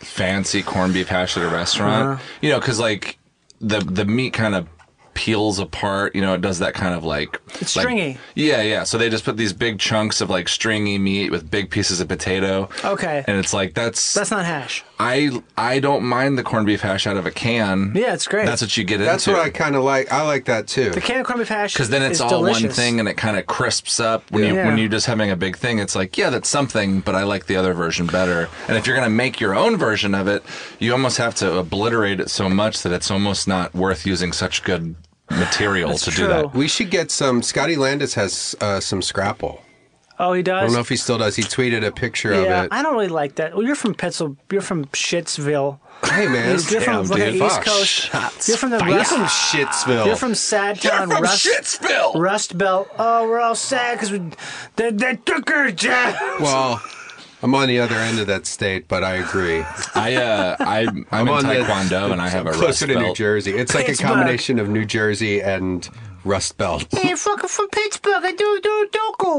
Uh-huh. fancy corned beef hash at a restaurant, you know, because like the the meat kind of peels apart. You know, it does that kind of like It's like- stringy. Yeah, yeah. So they just put these big chunks of like stringy meat with big pieces of potato. Okay. And it's like that's, That's not hash. I I don't mind the corned beef hash out of a can. Yeah, it's great. That's what you get That's into. what I kind of like. I like that too. The can of corned beef hash because then it's is all one delicious. thing and it kind of crisps up when you Yeah. when you're just having a big thing it's like yeah that's something but i like the other version better and if you're going to make your own version of it you almost have to obliterate it so much that it's almost not worth using such good material to do that We should get some. Scotty Landis has uh, some scrapple. Oh, he I does. don't know if he still does. He tweeted a picture yeah, of it. I don't really like that. Well, you're from Petzl. You're from Shittsville. hey man, He's different from the dude. East Fuck. Coast. you're from the You're Rust. from Shitsville. You're from Sad Town. Rust, shitsville Rust Belt. Oh, we're all sad because we they, they took our job. Well, I'm on the other end of that state, but I agree. i uh i i'm, in on the- taekwondo and i have a rust Closer to New belt Jersey. It's like a Pittsburgh. combination of New Jersey and Rust Belt. Hey, fucking from Pittsburgh. I do do doku.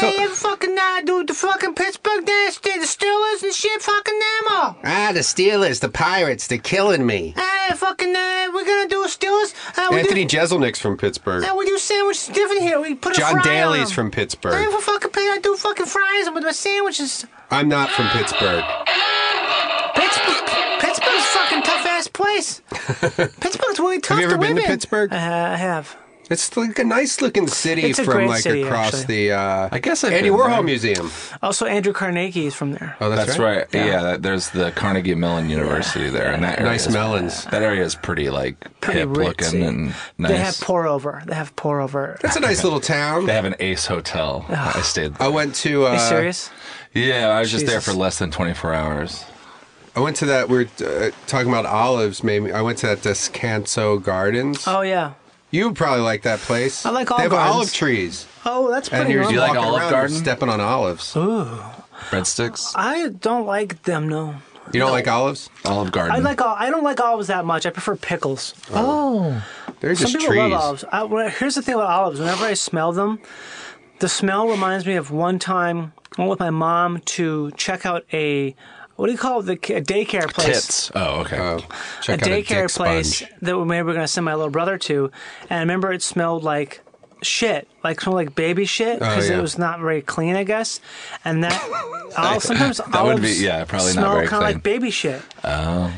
hey, fucking I do the fucking Pittsburgh dance, the Steelers and shit. Fucking them all. Ah, the Steelers, the Pirates, they're killing me. Hey, fucking, uh, we're gonna do Steelers. Uh, we Anthony do, Jeselnik's from Pittsburgh. uh, we do sandwiches different here. We put a John fry on Daly's 'em. from I Pittsburgh. have a fucking pay. I do fucking fries with my sandwiches. I'm not from Pittsburgh. Pittsburgh, Pittsburgh's a fucking tough ass [LAUGHS] place. Pittsburgh's really Have tough. you ever to been live to in. Pittsburgh? Uh, I have. It's like a nice looking city It's a from great like city, across actually. the uh, I guess I've Andy been Warhol there. Museum. Also, Andrew Carnegie is from there. Oh, that's, that's right, yeah, that, there's the carnegie mellon university there and that area Nice is- melons. that area is pretty like Pretty hip ritzy. looking and nice They have pour over. They have pour over. That's a nice little town. They have an Ace Hotel. I stayed. I There. went to. Uh, Are you serious? Yeah, I was just there Jesus. for less than 24 hours. I went to that. We are uh, talking about olives. Maybe I went to that Descanso Gardens. Oh yeah. You would probably like that place. I like They have olive gardens. olive trees, Oh, that's and pretty you're normal. Do you like walking Olive around Garden? stepping on olives. Breadsticks, I don't like them. No. You don't like olives? Olive Garden. I like all, I don't like olives that much. I prefer pickles. Oh. They're just Some people trees. love olives. I, when I- here's the thing about olives. Whenever I smell them, the smell reminds me of one time I went with my mom to check out a what do you call it? The ki- a daycare place. Tits. Oh, okay. Oh, A check out a daycare dick place sponge. that we maybe we're gonna send my little brother to, and I remember it smelled like shit, like smelled like baby shit Oh, because yeah. it was not very clean, I guess. And [LAUGHS] that olive, sometimes would olives be- yeah, probably not smell very kind of like clean. baby shit. Oh,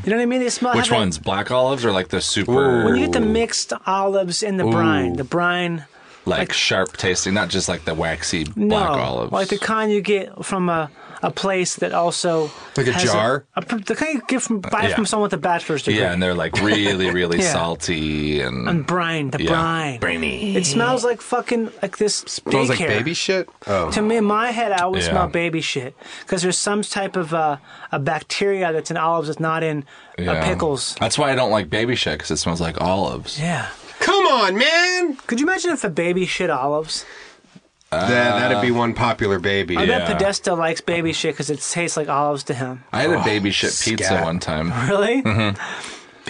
you know what I mean? They smell. Which have that- ones? Black olives or like the super When you get the mixed olives in the brine, Ooh. the brine. like, sharp tasting, not just like the waxy black No, olives. like the kind you get from a, a place that also Like a has jar? a- the kind you get from buy Uh, Yeah. from someone with a bachelor's degree. yeah, and they're like [LAUGHS] really, really Yeah. salty and, and brine, the Mm. yeah, brine. briny. It smells like fucking like this Smells smells like baby shit. Oh, To me, uh, in my head, I always Yeah. smell baby shit because there's some type of uh, a bacteria that's in olives that's not in uh, Yeah. pickles. That's why I don't like baby shit because it smells like olives. Yeah. come on, man! Could you imagine if the baby shit olives? that, that'd be one popular baby. I bet Uh, Yeah. Podesta likes baby shit because it tastes like olives to him. I had a baby shit pizza Oh, scat. one [LAUGHS] time. Mm-hmm. Really?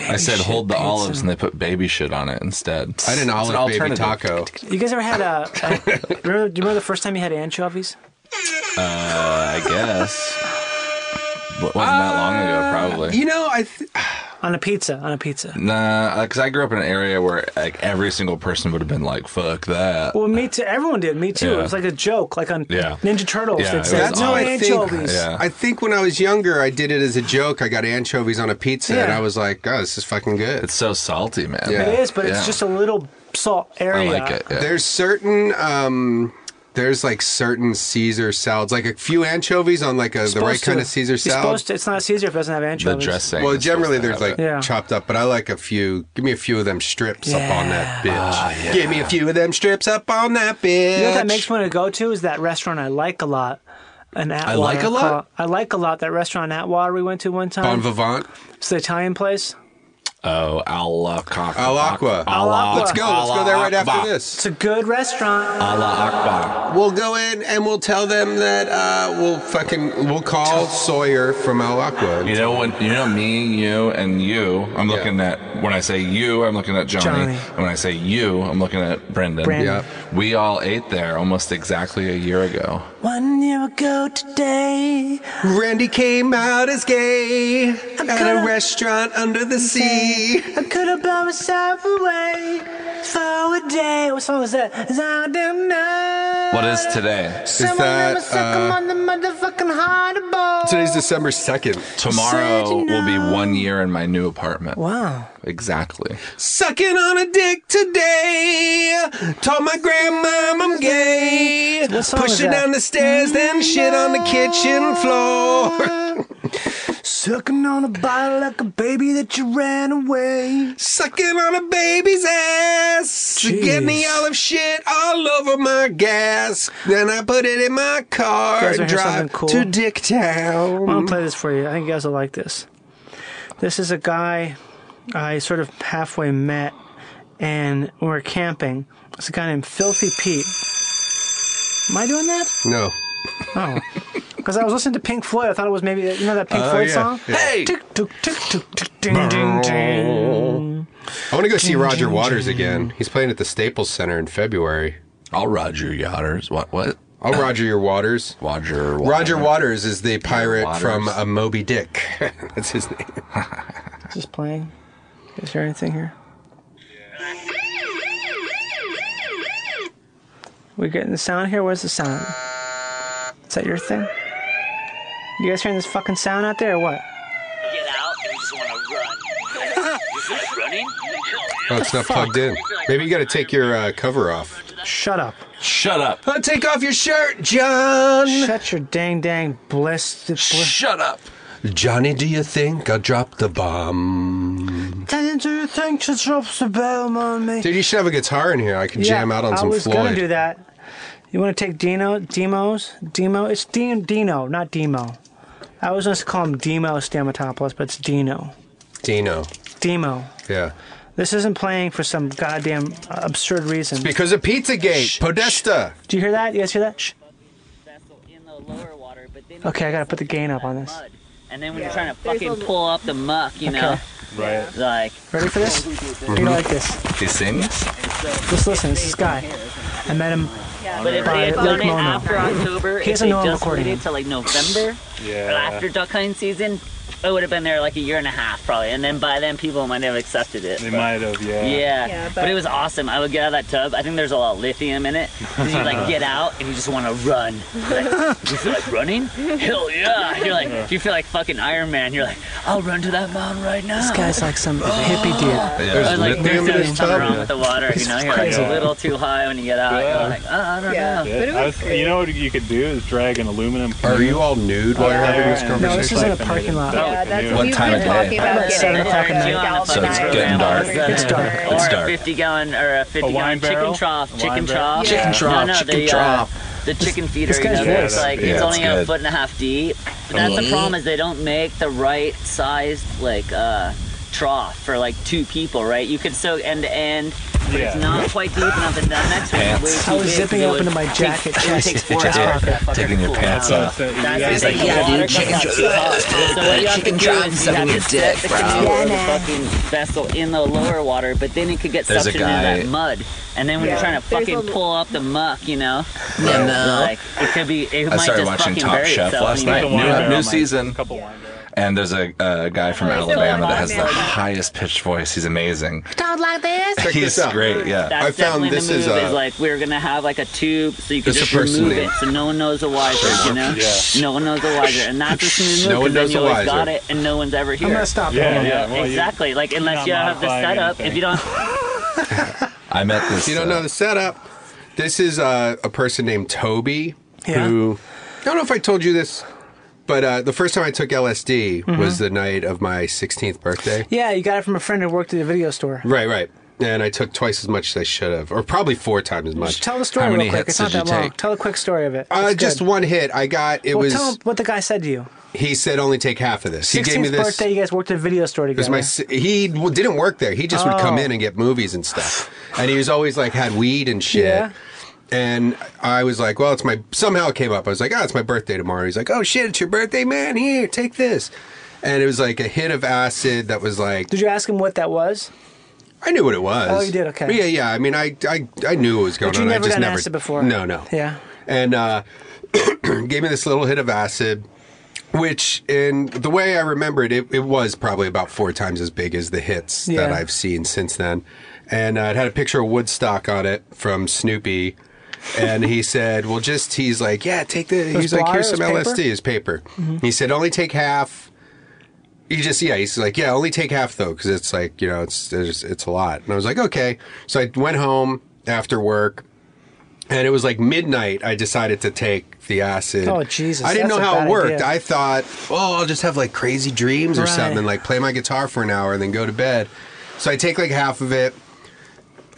I said shit hold the pizza. olives and they put baby shit on it instead. I had an It's olive baby alternative. taco. You guys ever had a? a [LAUGHS] remember, do you remember the first time you had anchovies? Uh, I guess. But wasn't that long ago, probably. Uh, You know, I th- [SIGHS] On a pizza, on a pizza. Nah, because I grew up in an area where like every single person would have been like, "Fuck that." Well, me too. Everyone did. Me too. It Yeah. was like a joke, like on Yeah. Ninja Turtles. Yeah, that it says was no how awesome. anchovies. Yeah. I think when I was younger, I did it as a joke. I got anchovies on a pizza, and Yeah. I was like, "Oh, this is fucking good." It's so salty, man. Yeah. It is, but Yeah. it's just a little salt I area. like it. yeah. There's certain, um, there's like certain Caesar salads, like a few anchovies on like a the Supposed right kind to. of Caesar You're salad. supposed to- it's not Caesar if it doesn't have the anchovies. dressing. Well, is supposed generally to they're have like it. Yeah. chopped up, but I like a few. Give me a few of them strips up on that bitch. yeah. Give me a few of them strips up on that bitch. You know what that makes me want to go to is that restaurant I like a lot. An Atwater like a lot? called- I like a lot. That restaurant in Atwater we went to one time. Bon vivant. It's the Italian place. Oh, al aqua. Al Aqua. Aqua. Let's go. Let's go there right after this. It's a good restaurant. Al aqua. We'll go in and we'll tell them that uh, we'll fucking we'll call Sawyer from Al Aqua. You know when you know me, you, and you. I'm Yeah. looking at when I say you, I'm looking at Johnny, Johnny. and when I say you, I'm looking at Brendan. Brandon. We all ate there almost exactly a year ago. One year ago today, Randy came out as gay at a gonna- restaurant under the sea. me. I could have blown myself away for a day. What song is that? Is I don't know. What is today? Is that, uh, on the motherfucking hardball. Today's December 2nd. Tomorrow will be one year in my new apartment. Wow. Exactly. Sucking on a dick today. Told my grandma I'm gay. What song Pushed is her that? down the stairs, then shit on the kitchen floor. [LAUGHS] Sucking on a bottle like a baby that you ran away. Sucking on a baby's ass. Getting the Jeez. olive shit all over my gas. Then I put it in my car guys wanna and hear drive something cool? to Dicktown. I'm gonna play this for you. I think you guys will like this. This is a guy I sort of halfway met, and we were camping. It's a guy named Filthy Pete. Am I doing that? No. Oh, because I was listening to Pink Floyd. I thought it was maybe you know that Pink Floyd Oh, yeah, song. yeah. Hey, tick, tick, tick, tick, tick, ding, ding, ding. I want to go see Roger Waters again. He's playing at the Staples Center in February. I'll Roger Yotters. What? What? I'll Oh, Roger your Waters. Roger. Roger Waters is the pirate Waters. from uh, Moby Dick. [LAUGHS] That's his name. Is this playing? Is there anything here? We getting the sound here? Where's the sound? Is that your thing? You guys hearing this fucking sound out there or what? get out and just want to run. [LAUGHS] you finish running? Oh, it's not plugged in. Maybe you got to take your uh, cover off. Shut up. Shut up. Uh, Take off your shirt, John. Shut your dang dang bliss. bliss. Shut up. Johnny, do you think I dropped the bomb? Do you think she drops the bomb on me? Dude, you should have a guitar in here. I can jam out on I some was gonna Floyd. do that. You want to take Dino, Demos, Demo? It's D- Dino, not Demo. I was going to call him Demo Stamatopoulos, but it's Dino. Dino. Demo. Yeah. This isn't playing for some goddamn uh, absurd reason. Because of Pizzagate. Podesta. Do you hear that? You guys hear that? Shh. Vessel in the lower water, but then Okay, I gotta put the gain up on this. mud. And then when you're trying to fucking pull up the muck, you know, [LAUGHS] right? Like Ready for this? Mm-hmm. You like this? He sings. Just listen. It's this guy. I met him. But if By they had done Lake it Mono. after October, He if has a they normal just accordion. waited till like November, or after duck hunting season, it would have been there like a year and a half probably. And then by then, people might have accepted it. They might have, yeah. Yeah, but, it was awesome. I would get out of that tub. I think there's a lot of lithium in it. 'Cause You like get [LAUGHS] out and you just want to run. Like, do you feel like [LAUGHS] running? Hell yeah! You're like, do you feel like fucking Iron Man? You're like, I'll run to that mountain right now. This guy's like some hippie dude. Yeah. I was like, lithium there's in something his tub, wrong yeah. with the water. You know, you're like crazy. a little too high when you get out. You're like, oh, I don't know. you know what you could do is drag an aluminum. Oh, Are you all nude while you're having this conversation? No, this is in a parking lot. yeah, that's What time of day? About seven o'clock at night. So it's getting dark. It's dark. Or It's a dark. 50 gallon or a 50 gallon wine barrel? chicken trough. Chicken trough. Chicken trough, No, no, chicken the, trough. Uh, the chicken feeder, this you guy's know, it's voice. like Yeah, it's it's only a good. foot and a half deep. But that's the problem is they don't make the right sized like uh, trough for like two people, right? You could soak end to end, but it's not quite deep enough. And that next one Pants. is way I too was big, zipping 'cause it up would into my take- jacket. It would take four Just hours. for that fucker taking to your cool pants down. off. That's the thing. Yeah, dude, chicken Chicken drops on your dick, bro. the fucking vessel in the lower water, but then it could get There's a suctioned into that guy- mud. And then when you're trying to fucking pull up the muck, you know, like it could be. It I might started just watching fucking Top bury Chef itself, last you know? night. New, new season. And there's a, a guy from Alabama that has the highest pitched voice. He's amazing. Talk like this. this He's out. great. Yeah. That's I found definitely this the move. is, Is, uh, like we're gonna have like a tube, so you can this is just a person remove name. it, so no one knows the wiser. You know, no one knows the wiser, and that's a smooth move. No one 'cause then knows you the always wiser. Got it, and no one's ever here. I'm gonna stop. Yeah, Yeah, exactly. Like unless you have the setup, if you don't, I met this. You don't uh, know the setup. This is uh, a person named Toby Yeah. who I don't know if I told you this, but uh, the first time I took LSD Mm-hmm. was the night of my 16th birthday. Yeah, you got it from a friend who worked at a video store. Right, right. And I took twice as much as I should have, or probably four times as much. Just tell the story How many real quick. hits It's not did you that long. take? Tell a quick story of it. uh, It's just good. one hit. I got it Well, was. tell him what the guy said to you. he said only take half of this. He 16th gave me this. birthday, you guys worked at a video store It was together. my si- he w- didn't work there. He just would Oh. come in and get movies and stuff. And he was always like had weed and shit. Yeah. And I was like, well, it's my somehow it came up. I was like, oh, it's my birthday tomorrow. He's like, oh shit, it's your birthday, man. Here, take this. And it was like a hit of acid that was like Did you ask him what that was? I knew what it was. Oh, you did? Okay. But yeah, yeah. I mean, I I, I knew what was going But you on. never I just done never acid before. No, no. [CLEARS THROAT] Yeah. And uh, gave me this little hit of acid. Which, in the way I remember it, it, it was probably about four times as big as the hits that Yeah. I've seen since then. And uh, it had a picture of Woodstock on it from Snoopy. And he [LAUGHS] said, well, just, he's like, yeah, take the, It was he's like, wire, here's it some was paper? LSD, his paper. Mm-hmm. He said, only take half. He just, yeah, he's like, yeah, only take half though, because it's like, you know, it's, there's, it's a lot. And I was like, okay. So I went home after work. And it was like midnight. I decided to take the acid. Oh, Jesus, I didn't that's know a how bad it worked. idea. I thought, oh, I'll just have like crazy dreams or Right. something, like play my guitar for an hour and then go to bed. So I take like half of it.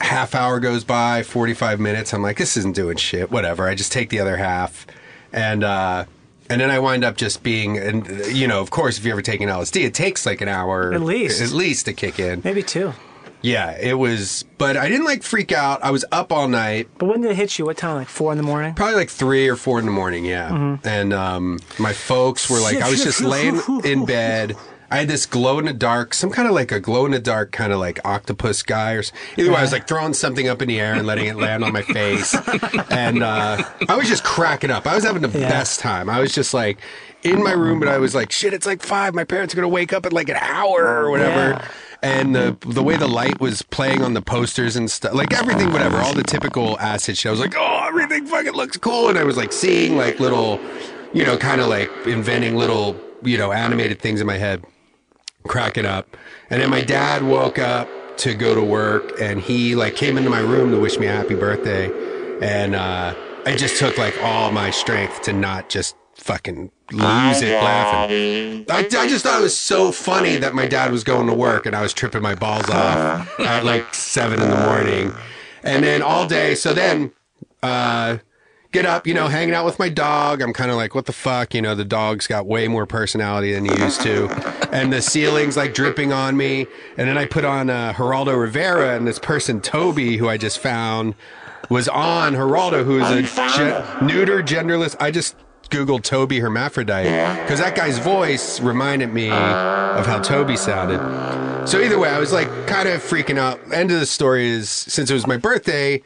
Half hour goes by, 45 minutes. I'm like, this isn't doing shit. Whatever. I just take the other half. And, uh, and then I wind up just being, and you know, of course, if you ever taken LSD, it takes like an hour At least. at least to kick in. Maybe two. Yeah, it was, but I didn't like freak out. I was up all night. But when did it hit you? What time? Like four in the morning? Probably like three or four in the morning, yeah. Mhm. And um, my folks were like, I was just laying [LAUGHS] in bed. I had this glow in the dark, some kind of like a glow in the dark kind of like octopus guy or s- either way, I was like throwing something up in the air and letting it land on my face. And uh, I was just cracking up. I was having the best time. I was just like in my room, but I was like, shit, it's like five. My parents are going to wake up in like an hour or whatever. And the the way the light was playing on the posters and stuff, like everything, whatever, all the typical acid shit. I was like, oh, everything fucking looks cool. And I was like seeing like little, you know, kind of like inventing little, you know, animated things in my head, cracking up. And then my dad woke up to go to work and he like came into my room to wish me a happy birthday. And uh, I just took like all my strength to not just fucking lose it laughing. I, I just thought it was so funny that my dad was going to work and I was tripping my balls off at like seven in the morning. And then all day. So then, uh, get up, you know, hanging out with my dog. I'm kind of like, what the fuck? You know, the dog's got way more personality than he used to. and the ceiling's like dripping on me. And then I put on uh, Geraldo Rivera and this person, Toby, who I just found was on Geraldo, who is a gen- neuter, genderless. I just Googled Toby hermaphrodite because that guy's voice reminded me of how Toby sounded. So either way, I was like kind of freaking out. End of the story is since it was my birthday,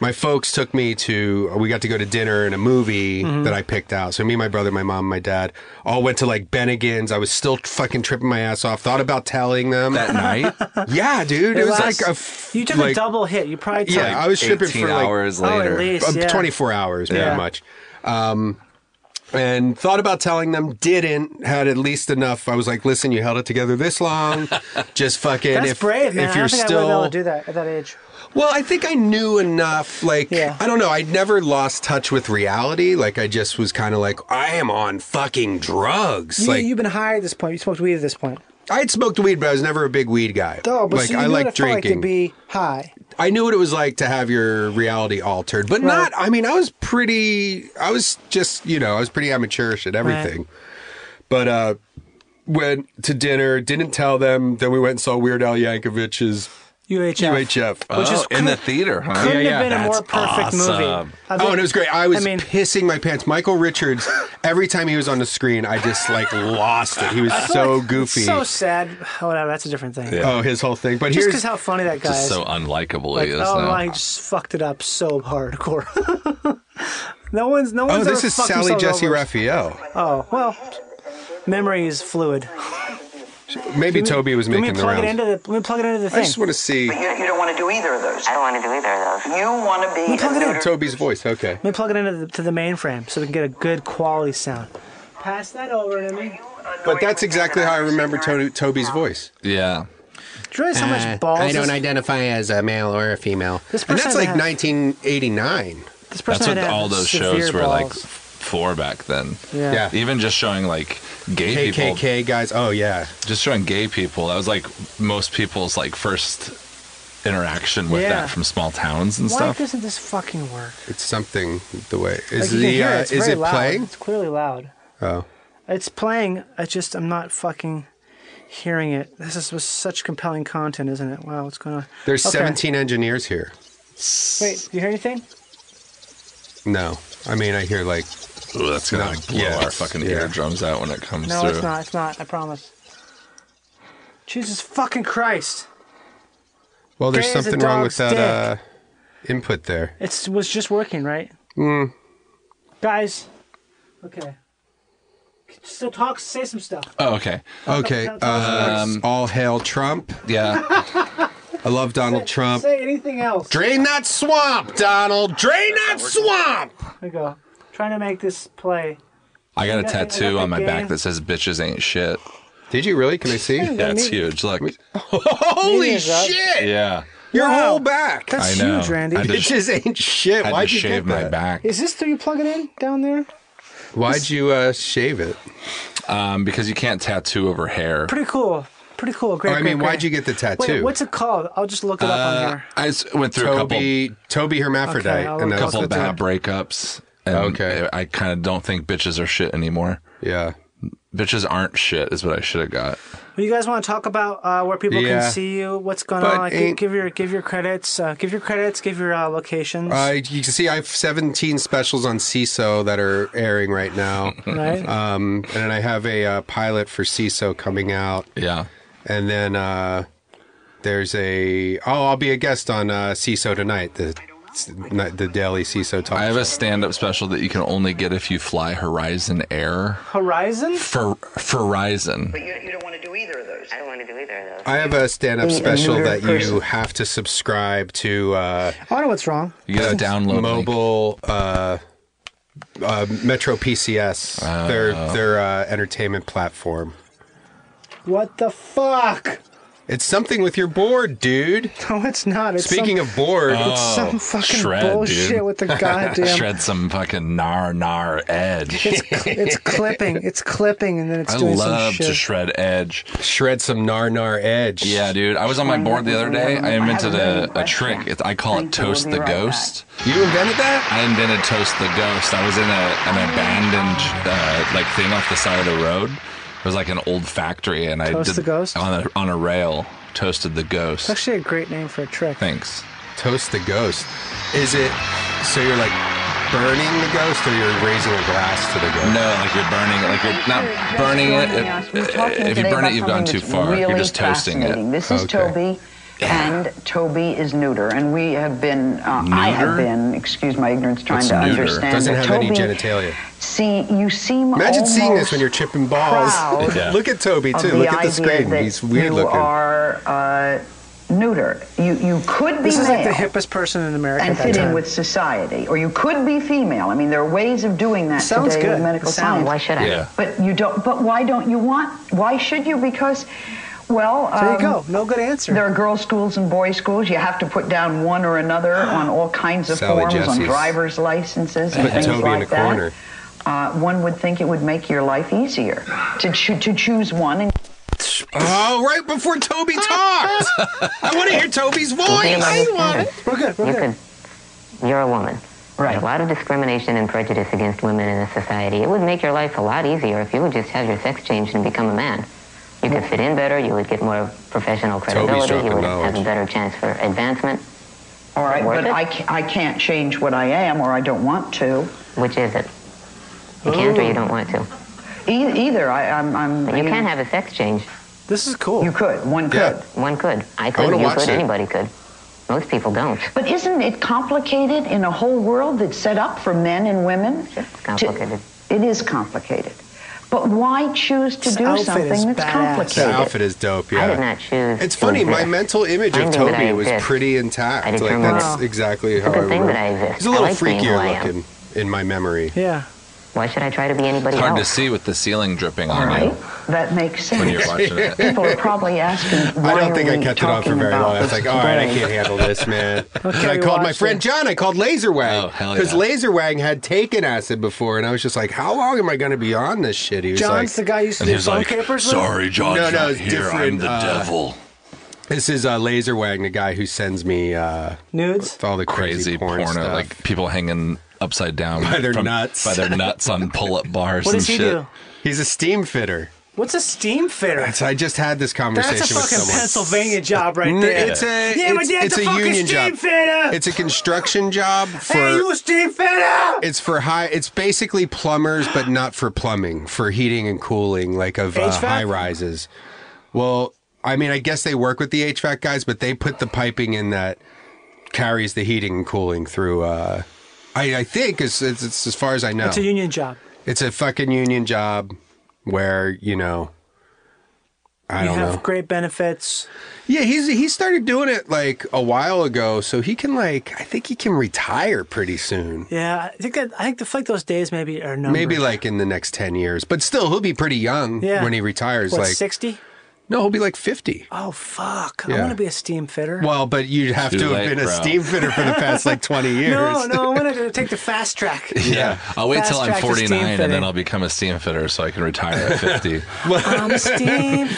my folks took me to we got to go to dinner and a movie Mm-hmm. Mhm. that I picked out. So me, my brother, my mom, my dad all went to like Bennigan's. I was still fucking tripping my ass off. Thought about telling them that night? [LAUGHS] yeah, dude. It, It was lasts- like a f- You took a like- double hit. You probably took yeah, I was tripping for like Oh, at least, uh, yeah. 24 hours, pretty Yeah. much. Um, and thought about telling them, didn't, had at least enough. I was like, listen, you held it together this long. Just fucking, That's if, brave, man. if I you're don't think I would have been able still. to do that at that age. Well, I think I knew enough. Like, I don't know. I never lost touch with reality. Like, I just was kind of like, I am on fucking drugs. You, like, you've been high at this point. You smoked weed at this point. I had smoked weed, but I was never a big weed guy. Oh, but like, so you I knew what like it felt drinking. like to be high. I knew what it was like to have your reality altered, but not. I mean, I was pretty. I was just, you know, I was pretty amateurish at everything. But uh went to dinner, didn't tell them. Then we went and saw Weird Al Yankovic's UHF, UHF, Which is- Oh, in the theater, huh? couldn't have been a more perfect movie. awesome. I oh, mean- and it was great. I was I mean- pissing my pants. Michael Richards. Every time he was on the screen, I just like lost it. He was I feel so like it's goofy. so sad. Whatever. That's a different thing. Oh, his whole thing. But just here's because how funny that guy Just is. so unlikable like, he is. oh, now. I just fucked it up so hardcore. [LAUGHS] no one's no one's. oh, this ever is fucked Sally themselves Jesse over. Raphael. Oh well, memory is fluid. Maybe Let me- Toby was let me making the plug it rounds. into the. Let me plug it into the thing. I just want to see. You, you don't want to do either of those. I don't want to do either of those. You want to be. a neuter- Toby's voice. Okay. Let me plug it into the, to the mainframe so we can get a good quality sound. Pass that over to me. But that's exactly how I remember Tony, Toby's voice. Yeah. Do you realize how much balls? Eh. Uh, I don't this- identify as a male or a female. This and person that's had to like have- 1989. This That's what all those shows were like for back then. Yeah. Yeah. Even just showing like gay people. KKK guys. Oh yeah. Just showing gay people. That was like most people's like first interaction with Yeah. that from small towns and Why stuff. doesn't this fucking work? It's something the way Like, is you can the hear uh, it. It's is very it loud. playing? It's clearly loud. Oh. It's playing. I just I'm not fucking hearing it. This is was such compelling content, isn't it? Wow, what's going on? There's Okay. 17 engineers here. Wait, do you hear anything? No. I mean I hear like Ooh, that's gonna like, blow our fucking eardrums out when it comes No, through. it's not. It's not. I promise. Jesus fucking Christ! Well, there's Gay as a something wrong with dog's that uh, input there. Hmm. It was just working, right, Mm. guys? Okay. still talk, say some stuff. Oh, okay. Okay. Um, all hail Trump. Yeah. I love Donald Trump. Say anything else. Uh, Drain that swamp, Donald. Drain that swamp. There we go. Trying to make this play. I got a Yeah, I tattoo love on that my game. back that says "Bitches ain't shit." Did you really? Can I see? Yeah, it's huge. Look. [LAUGHS] [LAUGHS] Holy Neither is shit! Yeah. Your whole back. That's I know. huge, Randy. I just- Bitches ain't shit. I had Why'd to you shave get my that? back Is this through you plug it in down there? Why'd you uh, shave it? um, because you can't tattoo over hair. Pretty cool. Pretty cool. Great. Oh, I great, mean, great. why'd you get the Wait, tattoo? what's it called? I'll just look it up on Uh, here. I just went through Toby- a couple Toby hermaphrodite, Okay, I'll and and look a that's couple the bad tattoo. breakups. And okay, I kind of don't think bitches are shit anymore. Yeah, bitches aren't shit is what I should have got. Well, you guys want to talk about uh, where people Yeah. can see you? What's going But on? Like, ain't- give your give your credits. Uh, give your credits. Give your uh, locations. Uh, you can see I have 17 specials on CISO that are airing right now. Right. Um, and then I have a uh, pilot for CISO coming out. Yeah. And then uh, there's a. Oh, I'll be a guest on uh, CISO tonight, the, the daily CISO talk. I have a stand-up special that you can only get if you fly Horizon Air. Horizon. For Horizon. I don't want to do either of those. I have a stand up Wait, special another that you person. have to subscribe to. Uh, I know what's wrong. You gotta download mobile uh, uh, Metro PCS, their Oh. their uh, entertainment platform. What the fuck? It's something with your board, dude. [LAUGHS] No, it's not. It's Speaking some- of board, it's some fucking bullshit with the goddamn. Oh, [LAUGHS] shred some fucking gnar gnar edge. It's [LAUGHS] it's clipping. It's clipping, and then [LAUGHS] it's I doing some love shit. to shred edge. Shred some gnar gnar edge. Yeah, dude. I was on my board the other day. I invented a, a trick. It's, I call it Toast the Ghost. You invented that? I invented Toast the Ghost. I was in a, an abandoned uh, like thing off the side of the road. It was like an old factory, and I Toast did the Ghost? on a on a rail. Toasted the ghost. it's actually a great name for a trick. Thanks. Toast the ghost. Is it so you're like burning the ghost or you're raising a glass to the ghost? No, like you're burning it. Like you're not burning it. If, uh, if you burn it, you've gone too far. you're just toasting it. This is Toby, and Toby is neuter, and we have been, uh, I have Neuter? been, excuse my ignorance, trying What's to neuter? understand. Doesn't that have any Toby- genitalia. See, you seem Imagine almost seeing this when you're chipping balls. [LAUGHS] proud Yeah. Look at Toby, of too. Look at the idea screen. that He's weird you looking. are uh, neuter. You you could be This is like the male hippest person in America and at that fit in time. with society, or you could be female. I mean, there are ways of doing that Sounds today good. with medical Sounds- science. why should I? Yeah. But you don't. But why don't you want? Why should you? Because, well, There you um, go. No good answer. There are girls' schools and boys' schools. You have to put down one or another on all kinds of Sally forms, on Jesse's. driver's licenses and Put things Toby like in a that. corner. Uh, one would think it would make your life easier to cho- to choose one. And- oh, right before Toby talked. I want to hear Toby's voice. I want it. We're good. We're you good. could. You're a woman. Right. A lot of discrimination and prejudice against women in this society. It would make your life a lot easier if you would just have your sex changed and become a man. You could fit in better. You would get more professional credibility. You dropping would knowledge. have a better chance for advancement. all right, Worth but it? I, ca- I can't change what I am, or I don't want to. Which is it? You can't or Ooh. you don't want to. E- either I, I'm, I'm. But you can have a sex change. This is cool. You could. One could. One could. I could. wanna you watch could. it. Anybody could. Most people don't. But isn't it complicated in a whole world that's set up for men and women? It's complicated. It is complicated. But why choose to This do outfit is something that's badass. The complicated? outfit is dope, yeah. I did not choose. It's funny, to my exist. mental image of Finding that I Toby was exist. pretty intact. I Like determined that's that. exactly It's how a good I thing remember. that I exist. He's a little I like being who I freakier am. looking in my memory. Yeah. Why should I try to be anybody It's hard to else? see with the ceiling dripping on Right? you. That makes sense. When you're watching it. People are probably asking. Why I don't think are I we kept it on for talking very about long. I was this like, all right, I today?" can't handle this, [LAUGHS] man. And Okay, I we called my watched friend John. I called Laserwang Oh, hell because yeah. Laserwang had taken acid before, and I was just like, how long am I going to be on this shit? He was John's like, the guy you used to And he do was phone like, capers with. "Sorry, John's No, no, not it's here. I'm different, the uh, devil." this is uh, Laserwang, the guy who sends me uh, nudes, all the crazy, Crazy porn, porno, stuff. like people hanging upside down By their from- nuts. by their [LAUGHS] nuts on pull-up bars. What and does he shit. do? He's a steam fitter. What's a steam fitter? That's, I just had this conversation That's a with fucking someone. Pennsylvania job right N- there. It's a yeah, my it's, dad's it's a, fucking union steam job. fitter. It's a construction job for hey, you a steam fitter? It's for high. It's basically plumbers, but not for plumbing. For heating and cooling, like of uh, HVAC? high rises. Well, I mean, I guess they work with the HVAC guys, but they put the piping in that carries the heating and cooling through. Uh, I, I think it's, it's, it's as far as I know. It's a union job. It's a fucking union job. where you know I you don't have know. great benefits. Yeah, he's he started doing it like a while ago, so he can like I think he can retire pretty soon. Yeah, I think that I think the like those days maybe are numbered. Maybe like in the next ten years, but still he'll be pretty young Yeah. when he retires. What, like 60? No, he'll be like fifty. Oh fuck! I Yeah. want to be a steam fitter. Well, but you'd have Too to late, have been bro. a steam fitter for the past like [LAUGHS] twenty years. [LAUGHS] No, no, I want to take the fast track. [LAUGHS] Yeah. I'll wait till Fast I'm track to steam 49 and fitting. then I'll become a steam fitter so I can retire at 50. [LAUGHS] [LAUGHS] I'm steam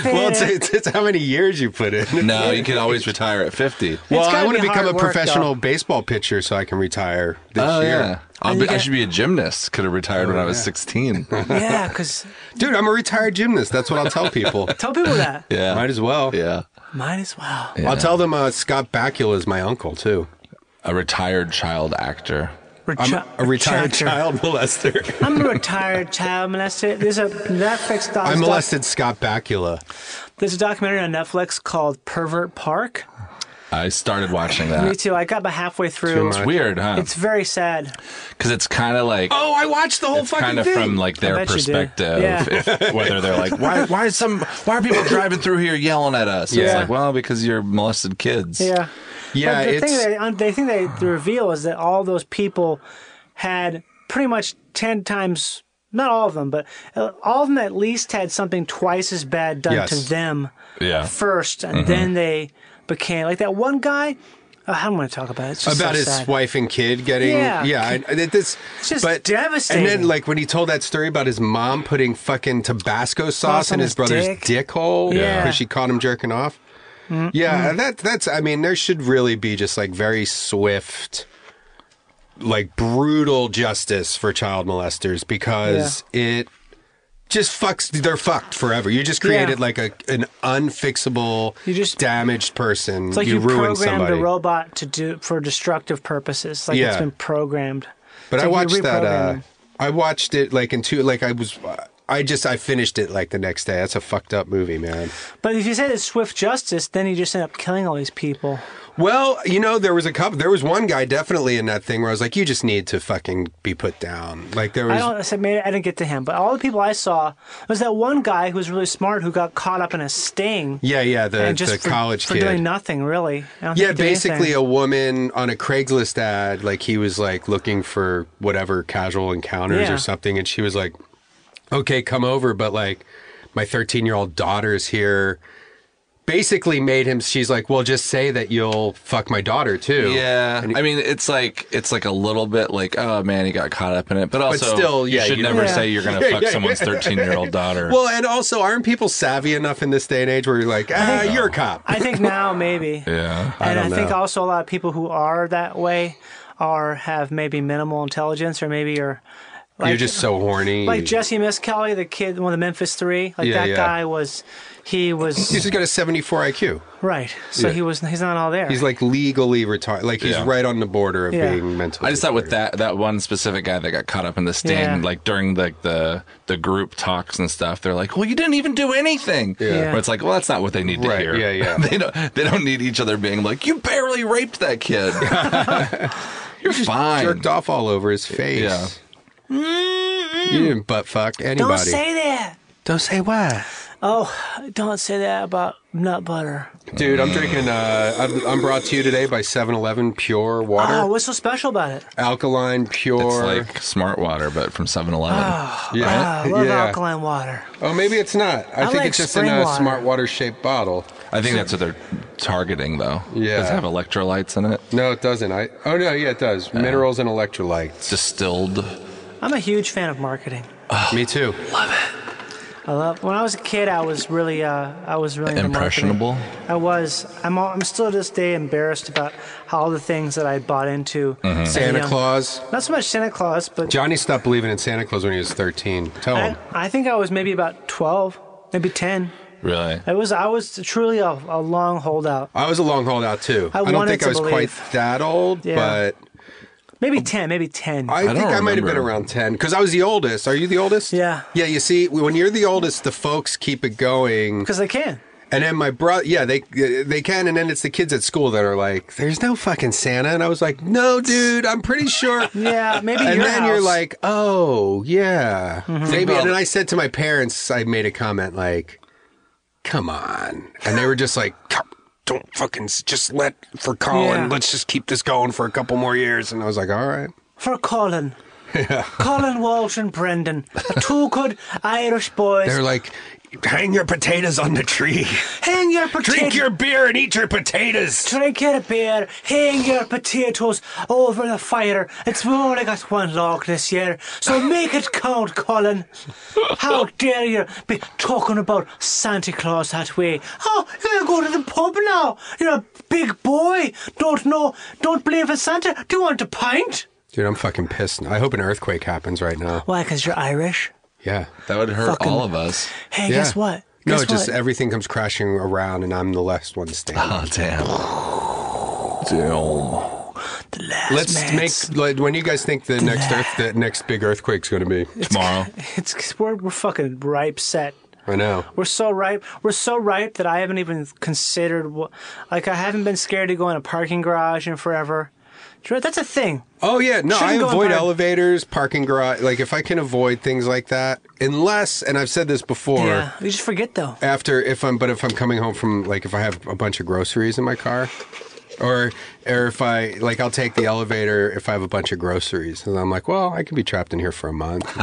well, it's, fitter. it's, it's how many years you put [LAUGHS] in. no, you can always retire at 50. Well, I want to be become a hard work, professional though. baseball pitcher so I can retire this Oh, year. yeah. I'll be, I should be a gymnast. Could have retired when I was Oh, yeah. [LAUGHS] 16. [LAUGHS] yeah, because Dude, I'm a retired gymnast. That's what I'll tell people. [LAUGHS] tell people that. Yeah. Might as well. Yeah. Might as well. I'll tell them uh, Scott Bakula is my uncle, too. A retired child actor. I'm a retired Chatter. child molester. [LAUGHS] I'm a retired child molester. There's a Netflix doc. I molested Scott Bakula. There's a documentary on Netflix called Pervert Park. I started watching Me that. too. I got about halfway Too through. much. It's weird, huh? It's very sad. Because it's kind of like. Oh, I watched the whole It's kind of from like their perspective, [LAUGHS] if, whether they're like, why, why is some, why are people driving through here yelling at us? It's Yeah. like, well, because you're molested kids. Yeah. Yeah, But the it's- thing they, um, they think they the reveal is that all those people had pretty much ten times, not all of them, but uh, all of them at least had something twice as bad done to Yes. them Yeah. first, and Mhm. then they became like that one guy. Uh, I don't want to talk about it. It's just about so his sad. wife and kid getting Yeah. yeah, I, I- this It's just but, devastating. And then like when he told that story about his mom putting fucking Tabasco sauce on in his, his brother's dick. dick, hole Yeah. Mm-hmm. because she caught him jerking off. Yeah, that that's I mean there should really be just like very swift like brutal justice for child molesters because it just fucks they're fucked forever. You just Yeah. created like a an unfixable you just damaged person. It's like you, you, ruined programmed somebody. a robot to do for destructive purposes. It's Like it's Yeah. been programmed. But It's I like you watched that. reprogram Uh, them. I watched it like in two. Like I was. I just I finished it like the next day. That's a fucked up movie, man. but if you say it's swift justice, then you just end up killing all these people. Well, you know there was a couple. There was one guy definitely in that thing where I was like, you just need to fucking be put down. Like there I was. don't. I said, maybe I didn't get to him, but all the people I saw was that one guy who was really smart who got caught up in a sting. Yeah, yeah. The and just the for, college for kid. doing nothing really. I don't think yeah, he did anything. basically a woman on a Craigslist ad, like he was like looking for whatever casual encounters Yeah. or something, and she was like, "Okay, come over," but like my 13 year old daughter's here. Basically, made him. She's like, "Well, just say that you'll fuck my daughter too." Yeah, I mean, it's like it's like a little bit like, oh man, he got caught up in it, but But also still, yeah, you should you- never Yeah. say you're gonna Yeah, fuck yeah, someone's yeah. 13 year [LAUGHS] old daughter. Well, and also, aren't people savvy enough in this day and age where you're like, ah, you're a cop? I think [LAUGHS] now maybe. yeah, and I, think also a lot of people who are that way are have maybe minimal intelligence or maybe are you're just so horny. like Jesse Miss Kelly, the kid, one of the Memphis Three. Like Yeah, that yeah. guy was, he was He's just got a 74 IQ. right. So Yeah. he was, he's not all there. He's like legally retired. Like he's Yeah. right on the border of Yeah. being mentally. I just thought with that that one specific guy that got caught up in the sting, Yeah. like during like the the group talks and stuff, they're like, "Well, you didn't even do anything." [LAUGHS] Yeah. But it's like, well, that's not what they need to Right, hear. yeah, yeah. [LAUGHS] they don't they don't need each other being like, "You barely raped that [LAUGHS] kid." [LAUGHS] you're fine. jerked off all over his face. Hmm. Yeah. You didn't butt fuck anybody. Don't say that. Don't say what. Oh, don't say that about nut butter. Dude, I'm drinking. Uh, I'm, I'm brought to you today by 7-Eleven pure water, Oh, what's so special about it? alkaline pure. It's like smart water, but from 7 Eleven. Oh, ah, I love alkaline water. Oh, maybe it's not. I, I think like it's just in spring a water. smart water shaped bottle. I think that's what they're targeting, though. Yeah. Does it have electrolytes in it? No, it doesn't. I. Oh no, yeah, it does. Minerals and electrolytes. Distilled. I'm a huge fan of marketing. Me too. I love. When I was a kid, I was really, uh, I was really into marketing. Impressionable. I was. I'm. All, I'm still to this day embarrassed about all the things that I bought into. Mhm. at a Santa young- Claus. Not so much Santa Claus, but Johnny stopped believing in Santa Claus when he was 13. Tell I, him. I think I was maybe about 12, maybe 10. Really? I was. I was truly a, a long holdout. I was a long holdout too. I I, don't wanted think to I was believe. quite that old, Yeah. but Maybe 10. Maybe 10. I, think I might have been around 10 because I was the oldest. Are you the oldest? Yeah. Yeah, you see, when you're the oldest, the folks keep it going. Because they can. And then my brother, yeah, they they can, and then it's the kids at school that are like, "There's no fucking Santa," and I was like, "No, dude, I'm pretty sure." [LAUGHS] yeah, maybe. and your then you're house. like, "Oh, yeah, Mhm. maybe." Well- And then I said to my parents, I made a comment like, "Come on," and they were just like, "Come- "Don't fucking s- just let for Colin. Yeah. Let's just keep this going for a couple more years." And I was like, "All right." for Colin. Yeah. [LAUGHS] Colin Walsh and Brendan, are two good Irish boys. They're like, hang your potatoes on the tree. [LAUGHS] hang your potatoes. Drink your beer and eat your potatoes. Drink your beer, hang your potatoes over the fire. It's we only got one log this year, so make it count, Colin. [LAUGHS] How dare you be talking about Santa Claus that way? Oh, you go to the pub now. You're a big boy. Don't know. Don't believe in Santa. Do you want a pint? Dude, I'm fucking pissed. I hope an earthquake happens right now. Why? Because you're Irish. Yeah. That would hurt Fucking- all of us. Hey, guess what? No, Guess it just what? everything comes crashing around and I'm the last one standing. Oh, damn. Oh, Damn. Let's man make like, when you guys think the next earth the next big earthquake's going to be [LAUGHS] tomorrow. It's 'cause we're we're fucking ripe set. I know. We're so ripe. We're so ripe that I haven't even considered. wha- Like I haven't been scared to go in a parking garage in forever. Sure, That's a thing. Oh yeah, no, Shouldn't I go in avoid par- elevators, parking garage. Like if I can avoid things like that, unless and I've said this before. yeah, you just forget though. after if I'm but if I'm coming home from like if I have a bunch of groceries in my car or or if I like I'll take the elevator if I have a bunch of groceries and I'm like, well, I can be trapped in here for a month. [LAUGHS]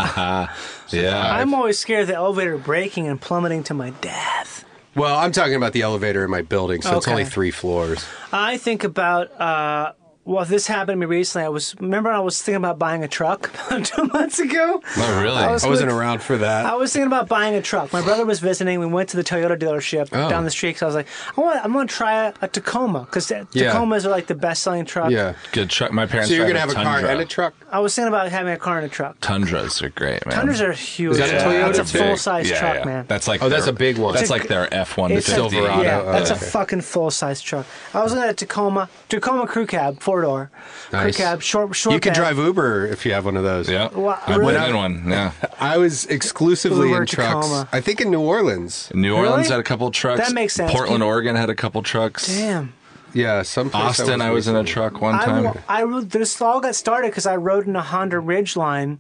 yeah. I'm always scared of the elevator breaking and plummeting to my death. well, I'm talking about the elevator in my building, so it's Okay. only 3 floors. I think about. uh well, this happened to me recently. I was remember I was thinking about buying a truck [LAUGHS] about two months ago. Oh, really? I, I was was not with- around for that. I was thinking about buying a truck. My brother was visiting. We went to the Toyota dealership Oh. down the street because I was like, I want, I'm going to try a, a Tacoma because Yeah. Tacomas are like the best selling truck. Good truck. My parents So you're going gonna to have a car and a truck? I was thinking about having a car and a truck. Tundras are great, man. Tundras are huge. Is that a Yeah. Toyota? That's a Big. full-size Yeah, truck, yeah. man. That's like Oh, their- that's a big one. That's It's a- like their F one It's a- Silverado. Yeah, that's Okay. a fucking full size truck. I was looking at a Tacoma, Tacoma crew cab, four door, Nice. crew cab, short, short. you can bed. drive Uber if you have one of those. Yeah, Wow, I've really? been in one. Yeah, I was exclusively Uber in trucks. Tacoma. I think in New Orleans. New Orleans had a couple trucks. That makes sense. Portland, People- Oregon had a couple trucks. Damn. Yeah, some place I Austin. was I was, in a truck one I time. wa- I, ro- this all got started because I rode in a Honda Ridgeline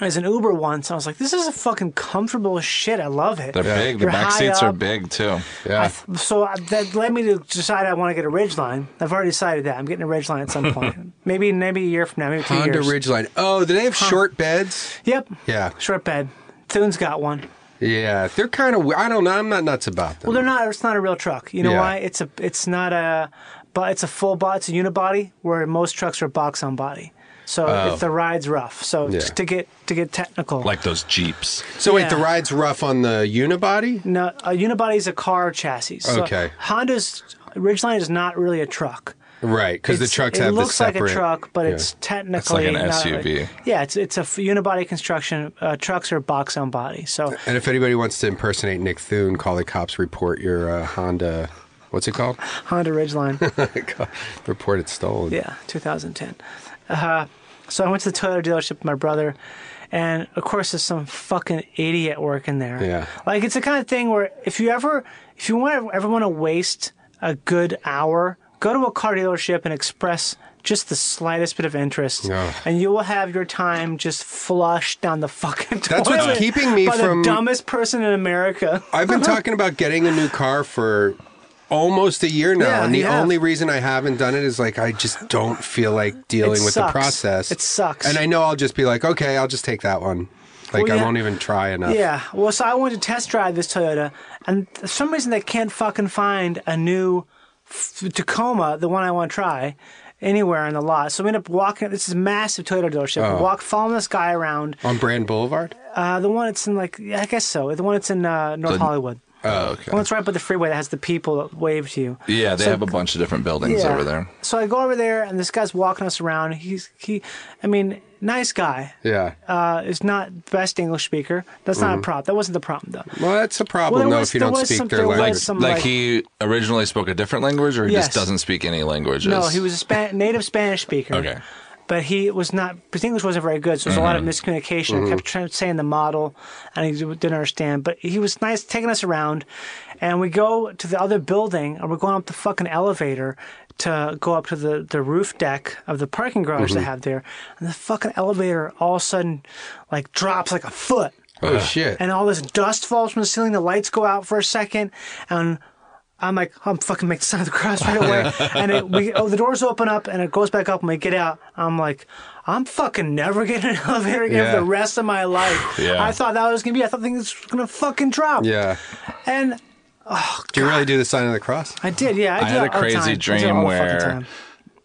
as an Uber once. And I was like, this is a fucking comfortable as shit. I love it. They're big. The You're back high seats are up. big too. Yeah. So I- that led me to decide I want to get a Ridgeline. I've already decided that I'm getting a Ridgeline [LAUGHS] at some point. maybe maybe a year from now, maybe two Honda years. Ridgeline. Oh, do they have short beds? Yep. Yeah. Short bed. Thune's got one. Yeah, they're kind of. I don't know. I'm not nuts about them. Well, they're not. It's not a real truck. You know Yeah. why? It's a. It's not a. But it's a full body. It's a unibody, where most trucks are box on body. So Oh. if the ride's rough, so Yeah. to get to get technical, Like those Jeeps. So wait, Yeah. the ride's rough on the unibody. no, a unibody is a car chassis. So Okay. Honda's Ridgeline is not really a truck. Right, because the It's- trucks it have looks the separate. like a truck, but Yeah. it's technically an not SUV. yeah, it's it's a f- unibody construction. Uh, trucks are box on body. So And if anybody wants to impersonate Nick Thune, call the cops. Report your uh, Honda. What's it called? Honda Ridgeline. [LAUGHS] report it stolen. Yeah, 2010. Uh, so I went to the Toyota dealership with my brother, and of course there's some fucking idiot working there. Yeah. Like it's the kind of thing where if you ever, if you want ever want to waste a good hour, go to a car dealership and express just the slightest bit of interest, Ugh. and you will have your time just flushed down the fucking toilet. That's what's keeping me by from- the dumbest person in America. I've been talking about getting a new car for almost a year now, Yeah, and the you have. only reason I haven't done it is like I just don't feel like dealing It with the sucks. process. It sucks. And I know I'll just be like, okay, I'll just take that one. Like Well, I yeah. won't even try enough. Yeah. Well, so I went to test drive this Toyota, and for some reason they can't fucking find a new f- Tacoma, the one I want to try, anywhere in the lot. So we end up walking. This is massive Toyota dealership. Oh. Walk, following this guy around. On Brand Boulevard. Uh, the one that's in like, yeah, I guess so. The one that's in uh, North The- Hollywood. Oh, okay. The one that's right by the freeway that has the people that wave to you. Yeah, they So- have a bunch of different buildings Yeah. over there. So I go over there, and this guy's walking us around. He's he, I mean, nice guy. Yeah. Uh, is not best English speaker. That's not a Mhm. problem. That wasn't the problem though. Mm-hmm. Well, that's a problem Well, there though was- if you there don't was some- speak their there was language. some, like, like- he originally spoke a different language, or he Yes. just doesn't speak any languages. No, he was a Span- native Spanish speaker. Okay. but he was not his English wasn't very good, so there was a lot of Mm-hmm. miscommunication. Mhm. I kept trying, saying the model, and he didn't understand. But he was nice, taking us around, and we go to the other building, and we're going up the fucking elevator to go up to the, the roof deck of the parking garage they Mhm. have there, and the fucking elevator all of a sudden like drops like a foot. Oh, shit. And all this dust falls from the ceiling. The lights go out for a second, and I'm like, "Oh, I'm fucking make the sign of the cross [LAUGHS] right away. Yeah. and it, we, oh, the doors open up, and it goes back up, and we get out. I'm like, I'm fucking never [LAUGHS] getting an elevator again Yeah. for the rest of my life. Yeah. I thought that was gonna be. I thought things was gonna fucking drop. Yeah. And Do you really do the sign of the cross? I did. Yeah, I, I did had it a all the time. I crazy did it all dream the fucking where time.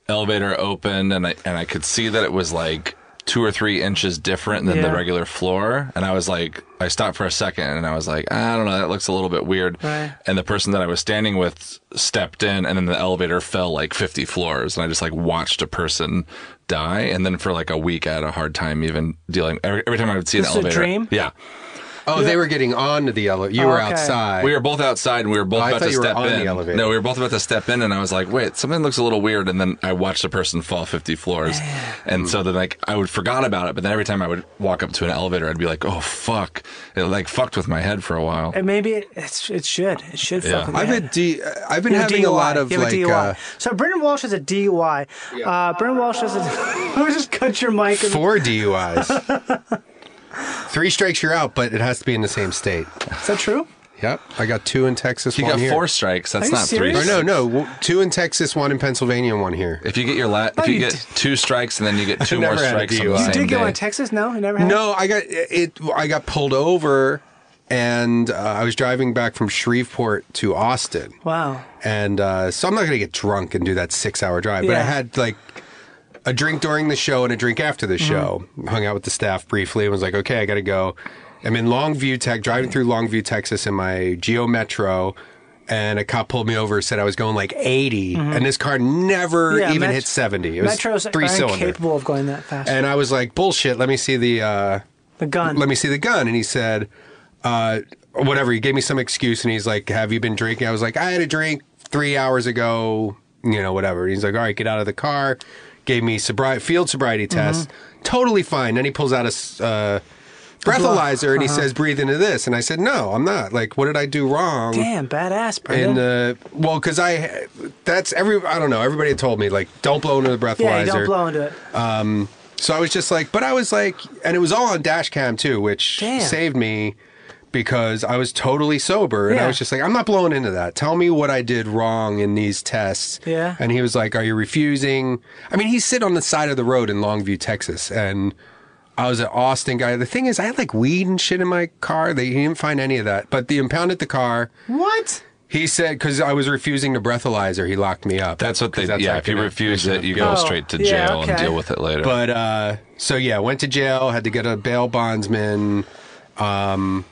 elevator opened and I and I could see that it was like two or three inches different than Yeah. the regular floor. And I was like, I stopped for a second and I was like, "Ah, I don't know, that looks a little bit weird. Right. And the person that I was standing with stepped in and then the elevator fell like 50 floors. And I just like watched a person die. And then for like a week, I had a hard time even dealing. Every, every time I would see This an is a elevator. dream? Yeah. Oh, they were getting onto the elevator. You Oh, were outside. We were both outside, and we were both Oh, I about thought to you were step on in. the elevator. No, we were both about to step in, and I was like, "Wait, something looks a little weird." And then I watched the person fall fifty floors, and so then like I would forgot about it. But then every time I would walk up to an elevator, I'd be like, "Oh fuck!" It like fucked with my head for a while. And maybe it, it's, it should. It should Yeah. fucking. I've yeah. been D- I've been You have having a lot of, You have like, DUI. uh, so Brendan Walsh is a DUI. Uh, Brendan Walsh is a. [LAUGHS] I just cut your mic. and- Four DUIs. Three strikes, you're out, but it has to be in the same state. Is that true? Yep. I got two in Texas, You one got here. four strikes, that's Are you not three. serious? Or no, no. w- Two in Texas, one in Pennsylvania, and one here. If you get your la- if you get two strikes and then you get I've two more never had a strikes on the DUI. same You Did you day. go to Texas? No, you never had. No, I got it. I got pulled over, and uh, I was driving back from Shreveport to Austin. Wow. And uh, so I'm not gonna get drunk and do that six hour drive, but I Yeah. had like a drink during the show and a drink after the show. Mm-hmm. Hung out with the staff briefly and was like, okay, I gotta go. I'm in Longview, Tech, driving through Longview, Texas, in my Geo Metro. And a cop pulled me over, said I was going like 80, Mhm. and this car never Yeah, even Met- hit 70. It was Metros three are cylinder. incapable of going that fast. And I was like, bullshit, let me see the uh, the gun. Let me see the gun. And he said, uh, whatever. He gave me some excuse and he's like, have you been drinking? I was like, I had a drink three hours ago, you know, whatever. He's like, all right, get out of the car. Gave me sobri- field sobriety Mm-hmm. test. Totally fine. Then he pulls out a s- uh, breathalyzer and he Uh-huh. says, breathe into this. And I said, no, I'm not. Like, what did I do wrong? Damn, badass, Brendan. um, And uh, well, because I, that's every, I don't know, everybody had told me, like, don't blow into the breathalyzer. yeah, you don't blow into it. Um, so I was just like, but I was like, and it was all on dash cam too, which Damn. saved me because I was totally sober. And I Yeah. was just like, I'm not blowing into that. Tell me what I did wrong in these tests. Yeah. And he was like, Are you refusing? I mean, he's sitting on the side of the road in Longview, Texas. And I was an Austin guy. The thing is, I had like weed and shit in my car. They he didn't find any of that, but they impounded the car. What? He said, because I was refusing to breathalyzer, he locked me up. That's what they. 'Cause that's yeah, how if you can- refuse it, you go Oh, straight to yeah, jail and okay. deal with it later. But uh, so yeah, went to jail. Had to get a bail bondsman. Um,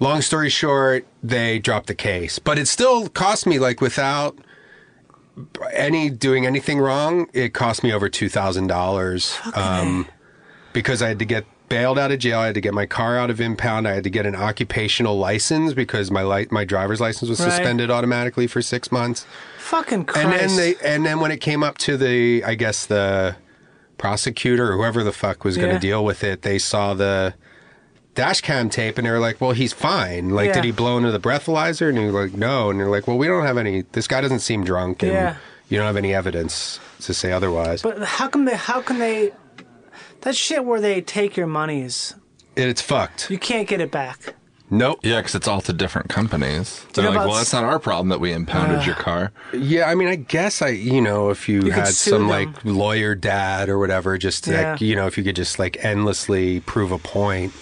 long story short, they dropped the case, but it still cost me like without any doing anything wrong, it cost me over two thousand dollars. Um, because I had to get bailed out of jail, I had to get my car out of impound, I had to get an occupational license because my li- my driver's license was Right. suspended automatically for six months. Fucking Christ. And then they and then when it came up to the I guess the prosecutor or whoever the fuck was going to Yeah. deal with it, they saw the dash cam tape and they were like, "Well, he's fine. Like, Yeah. did he blow into the breathalyzer?" And he was like, "No." And they're like, "Well, we don't have any. This guy doesn't seem drunk, and Yeah. you don't have any evidence to say otherwise." But how come they? How can they? That shit where they take your monies, It- it's fucked. you can't get it back. Nope. Yeah, because it's all to different companies. Do They're you know like, about well, that's not our problem that we impounded Uh, your car. Yeah, I mean, I guess I, you know, if you, You could had sue some them. like lawyer dad or whatever, just Yeah. like, you know, if you could just like endlessly prove a point.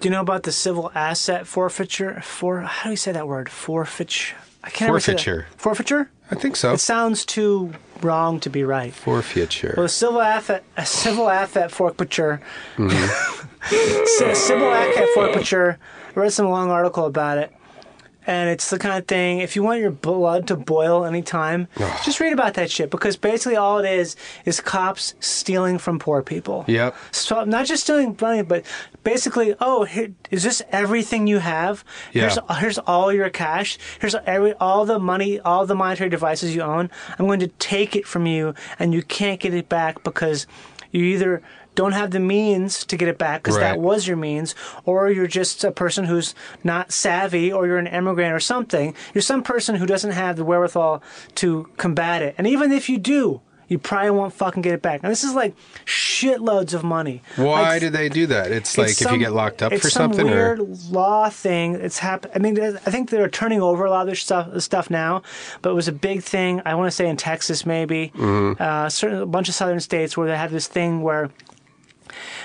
Do you know about the civil asset forfeiture? For how do you say that word? Forfeiture. I can't ever say that. Forfeiture. Forfeiture. I think so. It sounds too wrong to be right. [LAUGHS] Forfeiture. Well, a civil asset, a civil asset forfeiture, Mhm. ci- civil asset forfeiture. I read some long article about it, and it's the kind of thing. If you want your blood to boil anytime, just read about that shit because basically all it is is cops stealing from poor people. Yep. So not just stealing money, but basically, oh, here, is this everything you have? Here's Yeah. here's all your cash. Here's every all the money, all the monetary devices you own. I'm going to take it from you, and you can't get it back because You either don't have the means to get it back because Right. that was your means, or you're just a person who's not savvy, or you're an immigrant or something. You're some person who doesn't have the wherewithal to combat it. And even if you do, you probably won't fucking get it back. And this is like shitloads of money. Why Like, do they do that? It's, like if some- you get locked up it's for some something, weird or law thing. It's happened. I mean, I think they're turning over a lot of this stuff, this stuff now, but it was a big thing. I want to say in Texas, maybe Mhm. uh, certain a bunch of southern states where they have this thing where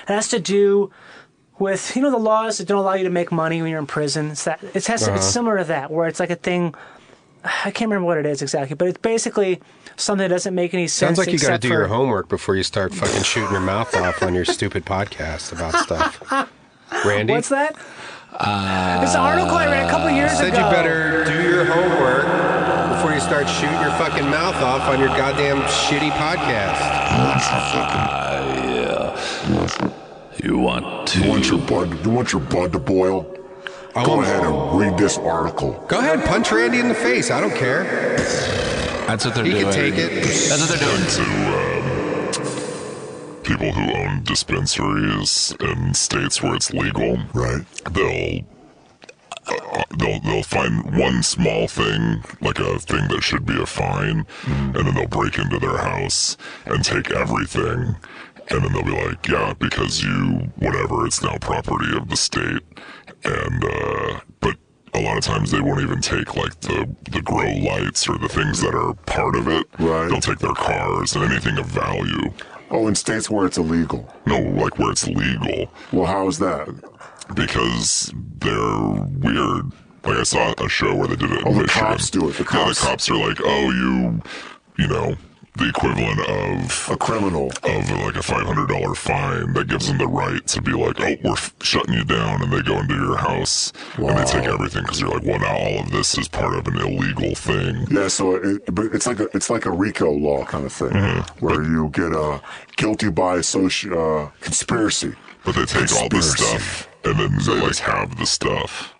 it has to do with you know the laws that don't allow you to make money when you're in prison. It's that it has Uh-huh. it's similar to that where it's like a thing. [SIGHS] I can't remember what it is exactly, but it's basically something that doesn't make any sense. sounds like you got to except do your for- homework before you start fucking shooting your mouth off on your stupid podcast about [LAUGHS] stuff. Randy, Uh, What's that? It's an article I read a couple years said ago. you better do your homework before you start shooting your fucking mouth off on your goddamn shitty podcast. Ah. uh, You want to? You want your blood? You want your blood to boil? Go ahead and read this article. Go ahead, punch Randy in the face. I don't care. That's what they're He doing. can take it. That's what they're doing. um, people who own dispensaries in states where it's legal, right? They'll uh, they'll they'll find one small thing, like a thing that should be a fine, Mm. and then they'll break into their house and take everything. And then they'll be like, yeah, because you, whatever, it's now property of the state. And, uh, but a lot of times they won't even take like the, the grow lights or the things that are part of it. Right. They'll take their cars and anything of value. Oh, in states where it's illegal. No, like where it's legal. Well, how is that? Because they're weird. Like I saw a show where they did it. Oh, the cops do it. The cops. Yeah, the cops are like, oh, you, you know, the equivalent of a criminal of like a five hundred dollar fine that gives them the right to be like, oh, we're f- shutting you down, and they go into your house and they take everything because they're like, well, now all of this is part of an illegal thing. Yeah, so it, but it's like a it's like a RICO law kind of thing, Mm-hmm. where you get uh, guilty by association uh, conspiracy. But they take all the Conspiracy. stuff and then they like have the stuff.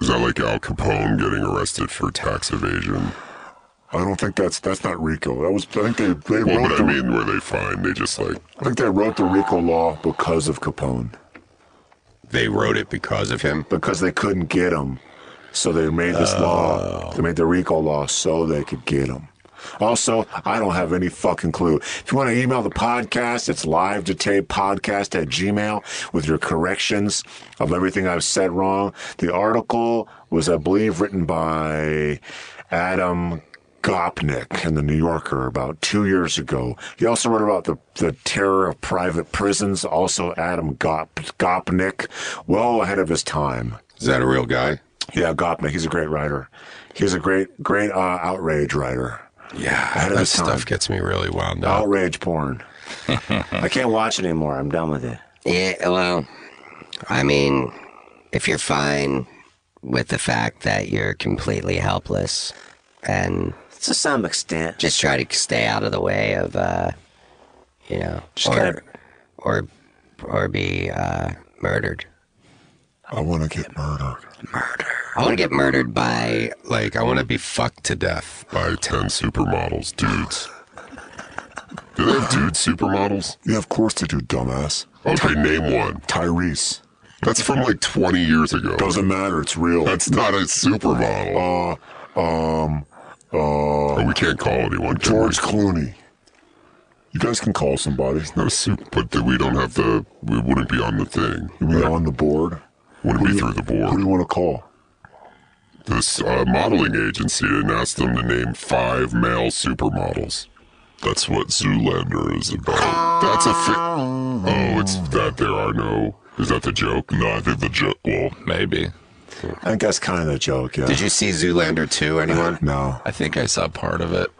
Is that like Al Capone getting arrested for tax evasion? I don't think that's that's not RICO. That was I think they they Well, wrote but I the mean, where they find they just like I think they wrote the RICO law because of Capone. They wrote it because of him. Because they couldn't get him, so they made this Oh. law. They made the RICO law so they could get him. Also, I don't have any fucking clue. If you want to email the podcast, it's live to tape podcast at Gmail with your corrections of everything I've said wrong. The article was, I believe, written by Adam Gopnik in the New Yorker about two years ago. He also wrote about the, the terror of private prisons. Also, Adam Gop, Gopnik, well ahead of his time. Is that a real guy? Yeah, Gopnik. He's a great writer. He's a great, great uh, outrage writer. Yeah, ahead of that his time. stuff gets me really wound up. Outrage porn. I can't watch it anymore. I'm done with it. Yeah, well, I mean, if you're fine with the fact that you're completely helpless and to some extent, just try to stay out of the way of, uh, you know, or, or or be uh, murdered. I want to get murdered. I want to get murdered by like I want to be fucked to death by ten supermodels, dudes. Do they have dude supermodels? Yeah, of course they do, dumbass. Okay, name one. Tyrese. That's from like 20 years ago. Doesn't matter. It's real. That's not a supermodel. Uh, um, uh. Oh, we can't call anyone. can George we? Clooney. You guys can call somebody. No soup, but the, we don't have the. We wouldn't be on the thing. We on the board. Wouldn't be through the Who board. do you want to call? This uh, modeling agency and asked them to name five male supermodels. That's what Zoolander is about. That's a fi- Oh, it's that there are no. Is that the joke? No, I think the joke. Well, maybe. I think that's kind of the joke, yeah. Did you see Zoolander 2, anyone? no. I think I saw part of it.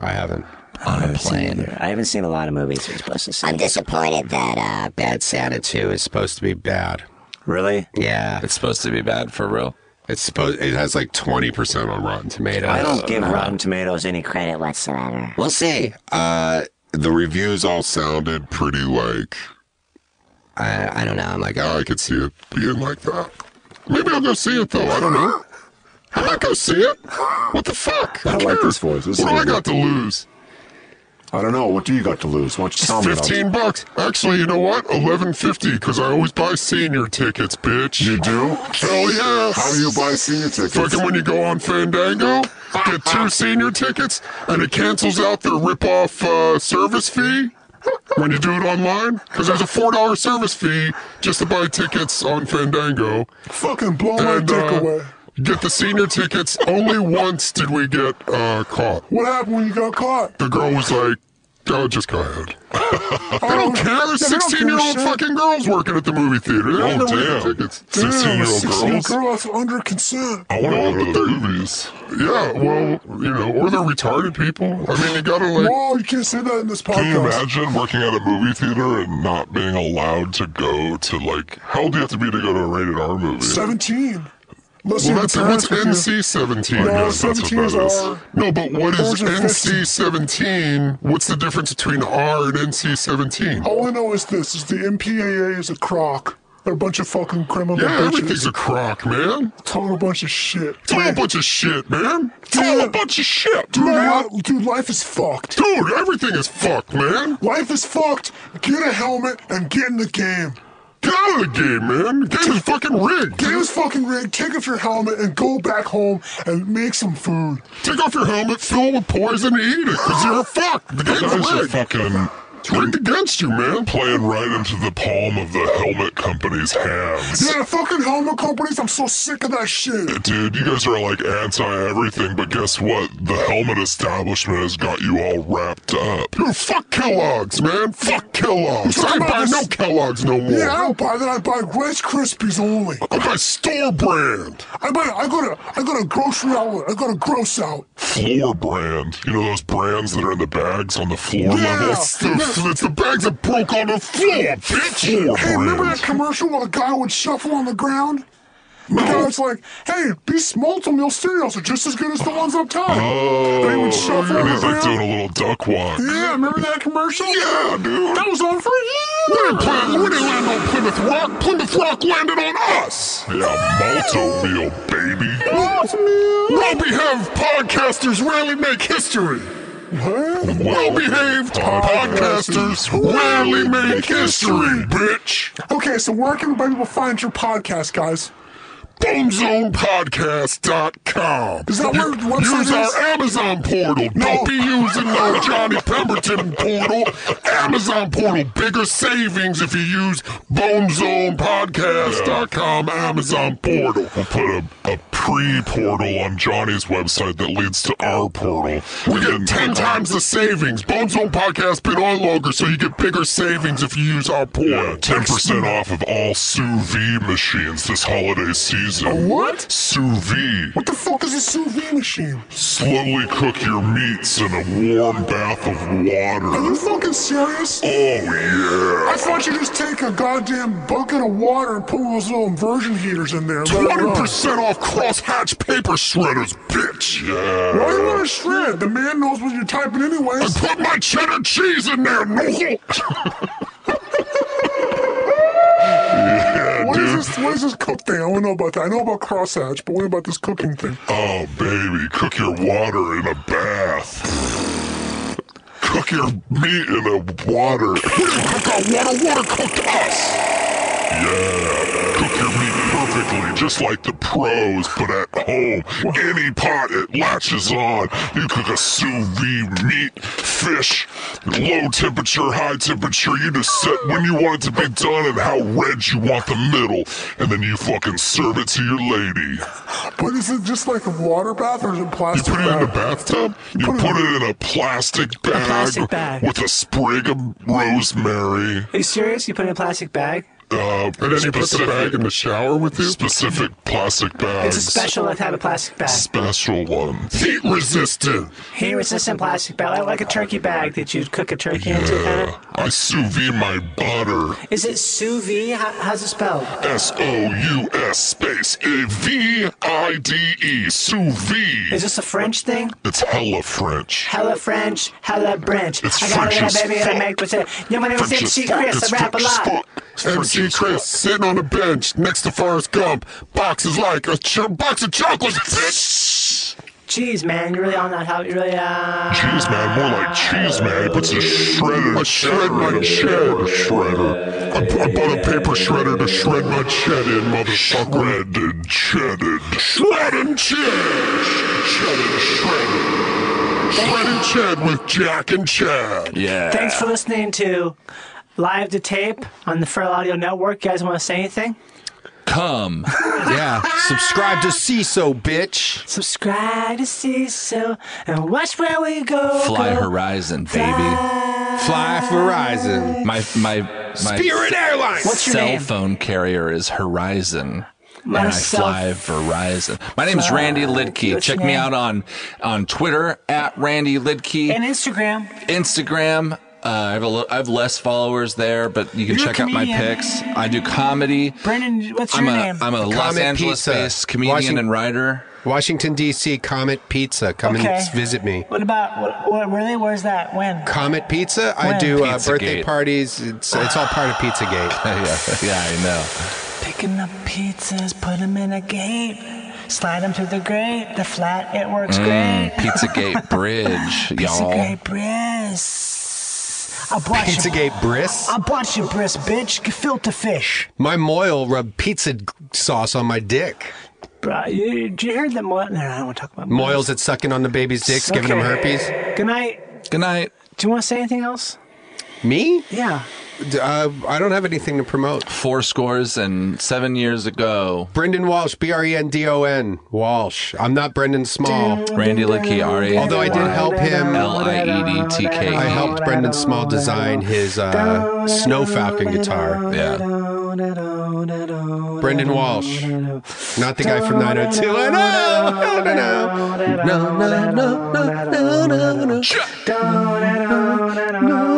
I haven't. on a plane. I haven't seen a lot of movies we're supposed to see. I'm disappointed that uh, Bad Santa 2 is supposed to be bad. Really? Yeah. It's supposed to be bad for real. It's supposed. It has like twenty percent on Rotten Tomatoes. I don't give Uh, Rotten Tomatoes any credit whatsoever. We'll see. Uh, the reviews all sounded pretty like. I, I don't know. I'm like, oh, I could see it being like that. Maybe I'll go see it though. I don't know. I might go see it. What the fuck? I like this voice. This what do is I got to good. lose? I don't know. What do you got to lose? Why don't you tell me? about it? Fifteen bucks. Actually, you know what? Eleven fifty, because I always buy senior tickets, bitch. You do? Hell yeah. How do you buy senior tickets? Fucking when you go on Fandango, get two senior tickets, and it cancels out their rip-off uh, service fee when you do it online, because there's a four dollar service fee just to buy tickets on Fandango. uh, Fucking blow my dick away. Get the senior tickets. Only once did we get uh, caught. What happened when you got caught? The girl was like, "Oh, just go ahead." they don't care. There's Yeah, they don't give a 16 year shit. old fucking girls working at the movie theater. They Oh, don't damn. get tickets. 16-year-old 16 girls? girls under consent. I want to go to the movies. Yeah, well, you know, or they're retarded people. I mean, you gotta like. Whoa, you can't say that in this Can you podcast. imagine working at a movie theater and not being allowed to go to like? How old do you have to be to go to a rated R movie? 17. Unless well, your that's parents what's with you. NC seventeen. No, yes, that's what 17 is that is. R. No, but what Ours is are NC seventeen? What's the difference between R and NC seventeen? All I know is this: is the MPAA is a crock. They're a bunch of fucking criminal Yeah, bitches. everything's a crock, man. Total bunch of shit. Total bunch of shit, man. Total bunch of shit, Dude, man. li- dude, life is fucked. Dude, everything is fucked, man. Life is fucked. Get a helmet and get in the game. Get out of the game, man. The game is fucking rigged. Game is fucking rigged. Take off your helmet and go back home and make some food. Take off your helmet, fill it with poison, and eat it, because you're fucked. The game's Those are rigged. fucking. It's rigged against you, man. Playing right into the palm of the helmet company's hands. Yeah, fucking helmet companies. I'm so sick of that shit. Dude, you guys are like anti everything, but guess what? The helmet establishment has got you all wrapped up. Dude, fuck Kellogg's, man. Fuck Kellogg's. I ain't buying no Kellogg's no more. Yeah, I don't buy that. I buy Rice Krispies only. I buy store brand. I buy. I go to. I go to grocery outlet. I go to gross out. Floor brand. You know those brands that are in the bags on the floor Yeah. level? It's the, it's the bags that broke on the floor, bitch. Floor Hey, remember brand. that commercial where the guy would shuffle on the ground? The guy was like, "Hey, these multi-meal cereals are just as good as the ones up top." Oh, and he would shuffle on and the he's like doing ground. a little duck walk. Yeah, remember that commercial? Yeah, dude. That was on for We years. didn't, plan, we didn't land on Plymouth Rock. Plymouth Rock landed on us. Yeah, Malto meal, baby. Well-behaved podcasters rarely make history. Well-behaved podcasters rarely make history, bitch. Okay, so where can people find your podcast, guys? BoneZonePodcast.com. Is that where the website Use is? Oh. our Amazon portal. Don't be using no Johnny Pemberton portal. Amazon portal. Bigger savings if you use BoneZonePodcast.com Amazon portal. We'll put a, a pre-portal on Johnny's website that leads to our portal. We get 10 times the savings. BoneZone Podcast been on longer, so you get bigger savings if you use our portal. 10% off of all sous vide machines this holiday season. What? Sous vide. What the fuck is a sous vide machine? Slowly cook your meats in a warm bath of Are water. you fucking serious? Oh, yeah. I thought you just take a goddamn bucket of water and put one of those little inversion heaters in there. and let it run. 20% off crosshatch paper shredders, bitch. Yeah. Why do you want to shred? The man knows what you're typing anyways. I put my cheddar cheese in there, [LAUGHS] no. yeah, What dude. is this? What is this cook thing? I don't know about that. I know about crosshatch, but what about this cooking thing? Oh, baby, cook your water in a bath. cook your meat in a water. We didn't cook our water, water cooked us. Yeah, cook your meat perfectly, just like the pros, but at home. Any pot it latches on. You cook a sous vide meat, fish, low temperature, high temperature. You just set when you want it to be done and how red you want the middle, and then you fucking serve it to your lady. But is it just like a water bath or is it plastic? Put it in a bath? bathtub. You put, it in a plastic bag, plastic bag. with a sprig of rosemary. Are you serious? You put it in a plastic bag? Uh, and then you put the bag in the shower with you. Specific plastic bags. It's a special type of plastic bag. Special one. Heat resistant. Heat resistant plastic bag, like- like a turkey bag that you cook a turkey into. Kind of. I sous vide my butter. Is it sous vide? How, how's it spelled? S O U S space A V I D E. Sous vide. Is this a French thing? It's hella French. Hella French, hella Branch. It's I got a French little as baby uh, and I fuck. make with it. Yeah, my name is French MC as fuck. Chris. It's I rap a French as lot. MC Chris sitting on a bench next to Forrest Gump. Boxes like a ch- box of chocolates. bitch. Jeez, man, you're really on that. How you really uh, Cheese man, more like cheese man. He puts a shredder, a shred my cheddar shredder. I, bu- I bought a paper shredder to shred my ched in, motherfucker. Shredded, chedded, shredded, ched, shredded, shredded, shredded, ched with Jack and Chad. Yeah. Thanks for listening to Live to Tape on the Feral Audio Network. You guys want to say anything? Come. yeah. Subscribe to CISO, bitch. Subscribe to CISO and watch where we go. Fly Horizon, baby. Fly Horizon. My my my Spirit Airlines. What's your cell name? phone carrier is Horizon. My and I cell- fly Verizon. My name's Fly- Randy Lidkey. What's Check your me name? out on on Twitter at Randy Lidkey. And Instagram. Instagram. Uh, I have a lo- I have less followers there, but you can You're a check out my comedian. pics. I do comedy. Brendan, what's I'm your a- name? I'm a Los Angeles-based comedian and writer. Washington, D.C., Comet Pizza. Come Okay. and visit me. What about what, what? Really? Where's that? When? Comet Pizza. I When? do uh, Pizzagate. birthday parties. It's, it's all part of Pizzagate. [LAUGHS] yeah, yeah, I know. Picking up pizzas, put 'em in a gate, slide 'em through the grate, the flat. It works Mm, great. Pizzagate Bridge, y'all. Pizzagate bris. I bought Pizzagate bris. I bought you bris, bitch. Gefilte fish. My Moyle rubbed pizza g- sauce on my dick. Bruh, you, did you hear that? Mo- no, I don't want to talk about Moyle's at sucking on the baby's dicks, giving him Okay. herpes. Good night. Good night. Do you want to say anything else? Me? Yeah. Uh, I don't have anything to promote. Four scores and seven years ago. Brendan Walsh, B R E N D O N, Walsh. I'm not Brendan Small. Randy Lidkey, R A. Although I did help him. L I E D T K. I helped Brendan Small design his uh, Snow Falcon guitar. Yeah. Brendan Walsh, not the guy from 902. I know, I know. No, no, no, no, no, no, no.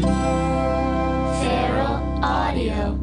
Feral Audio.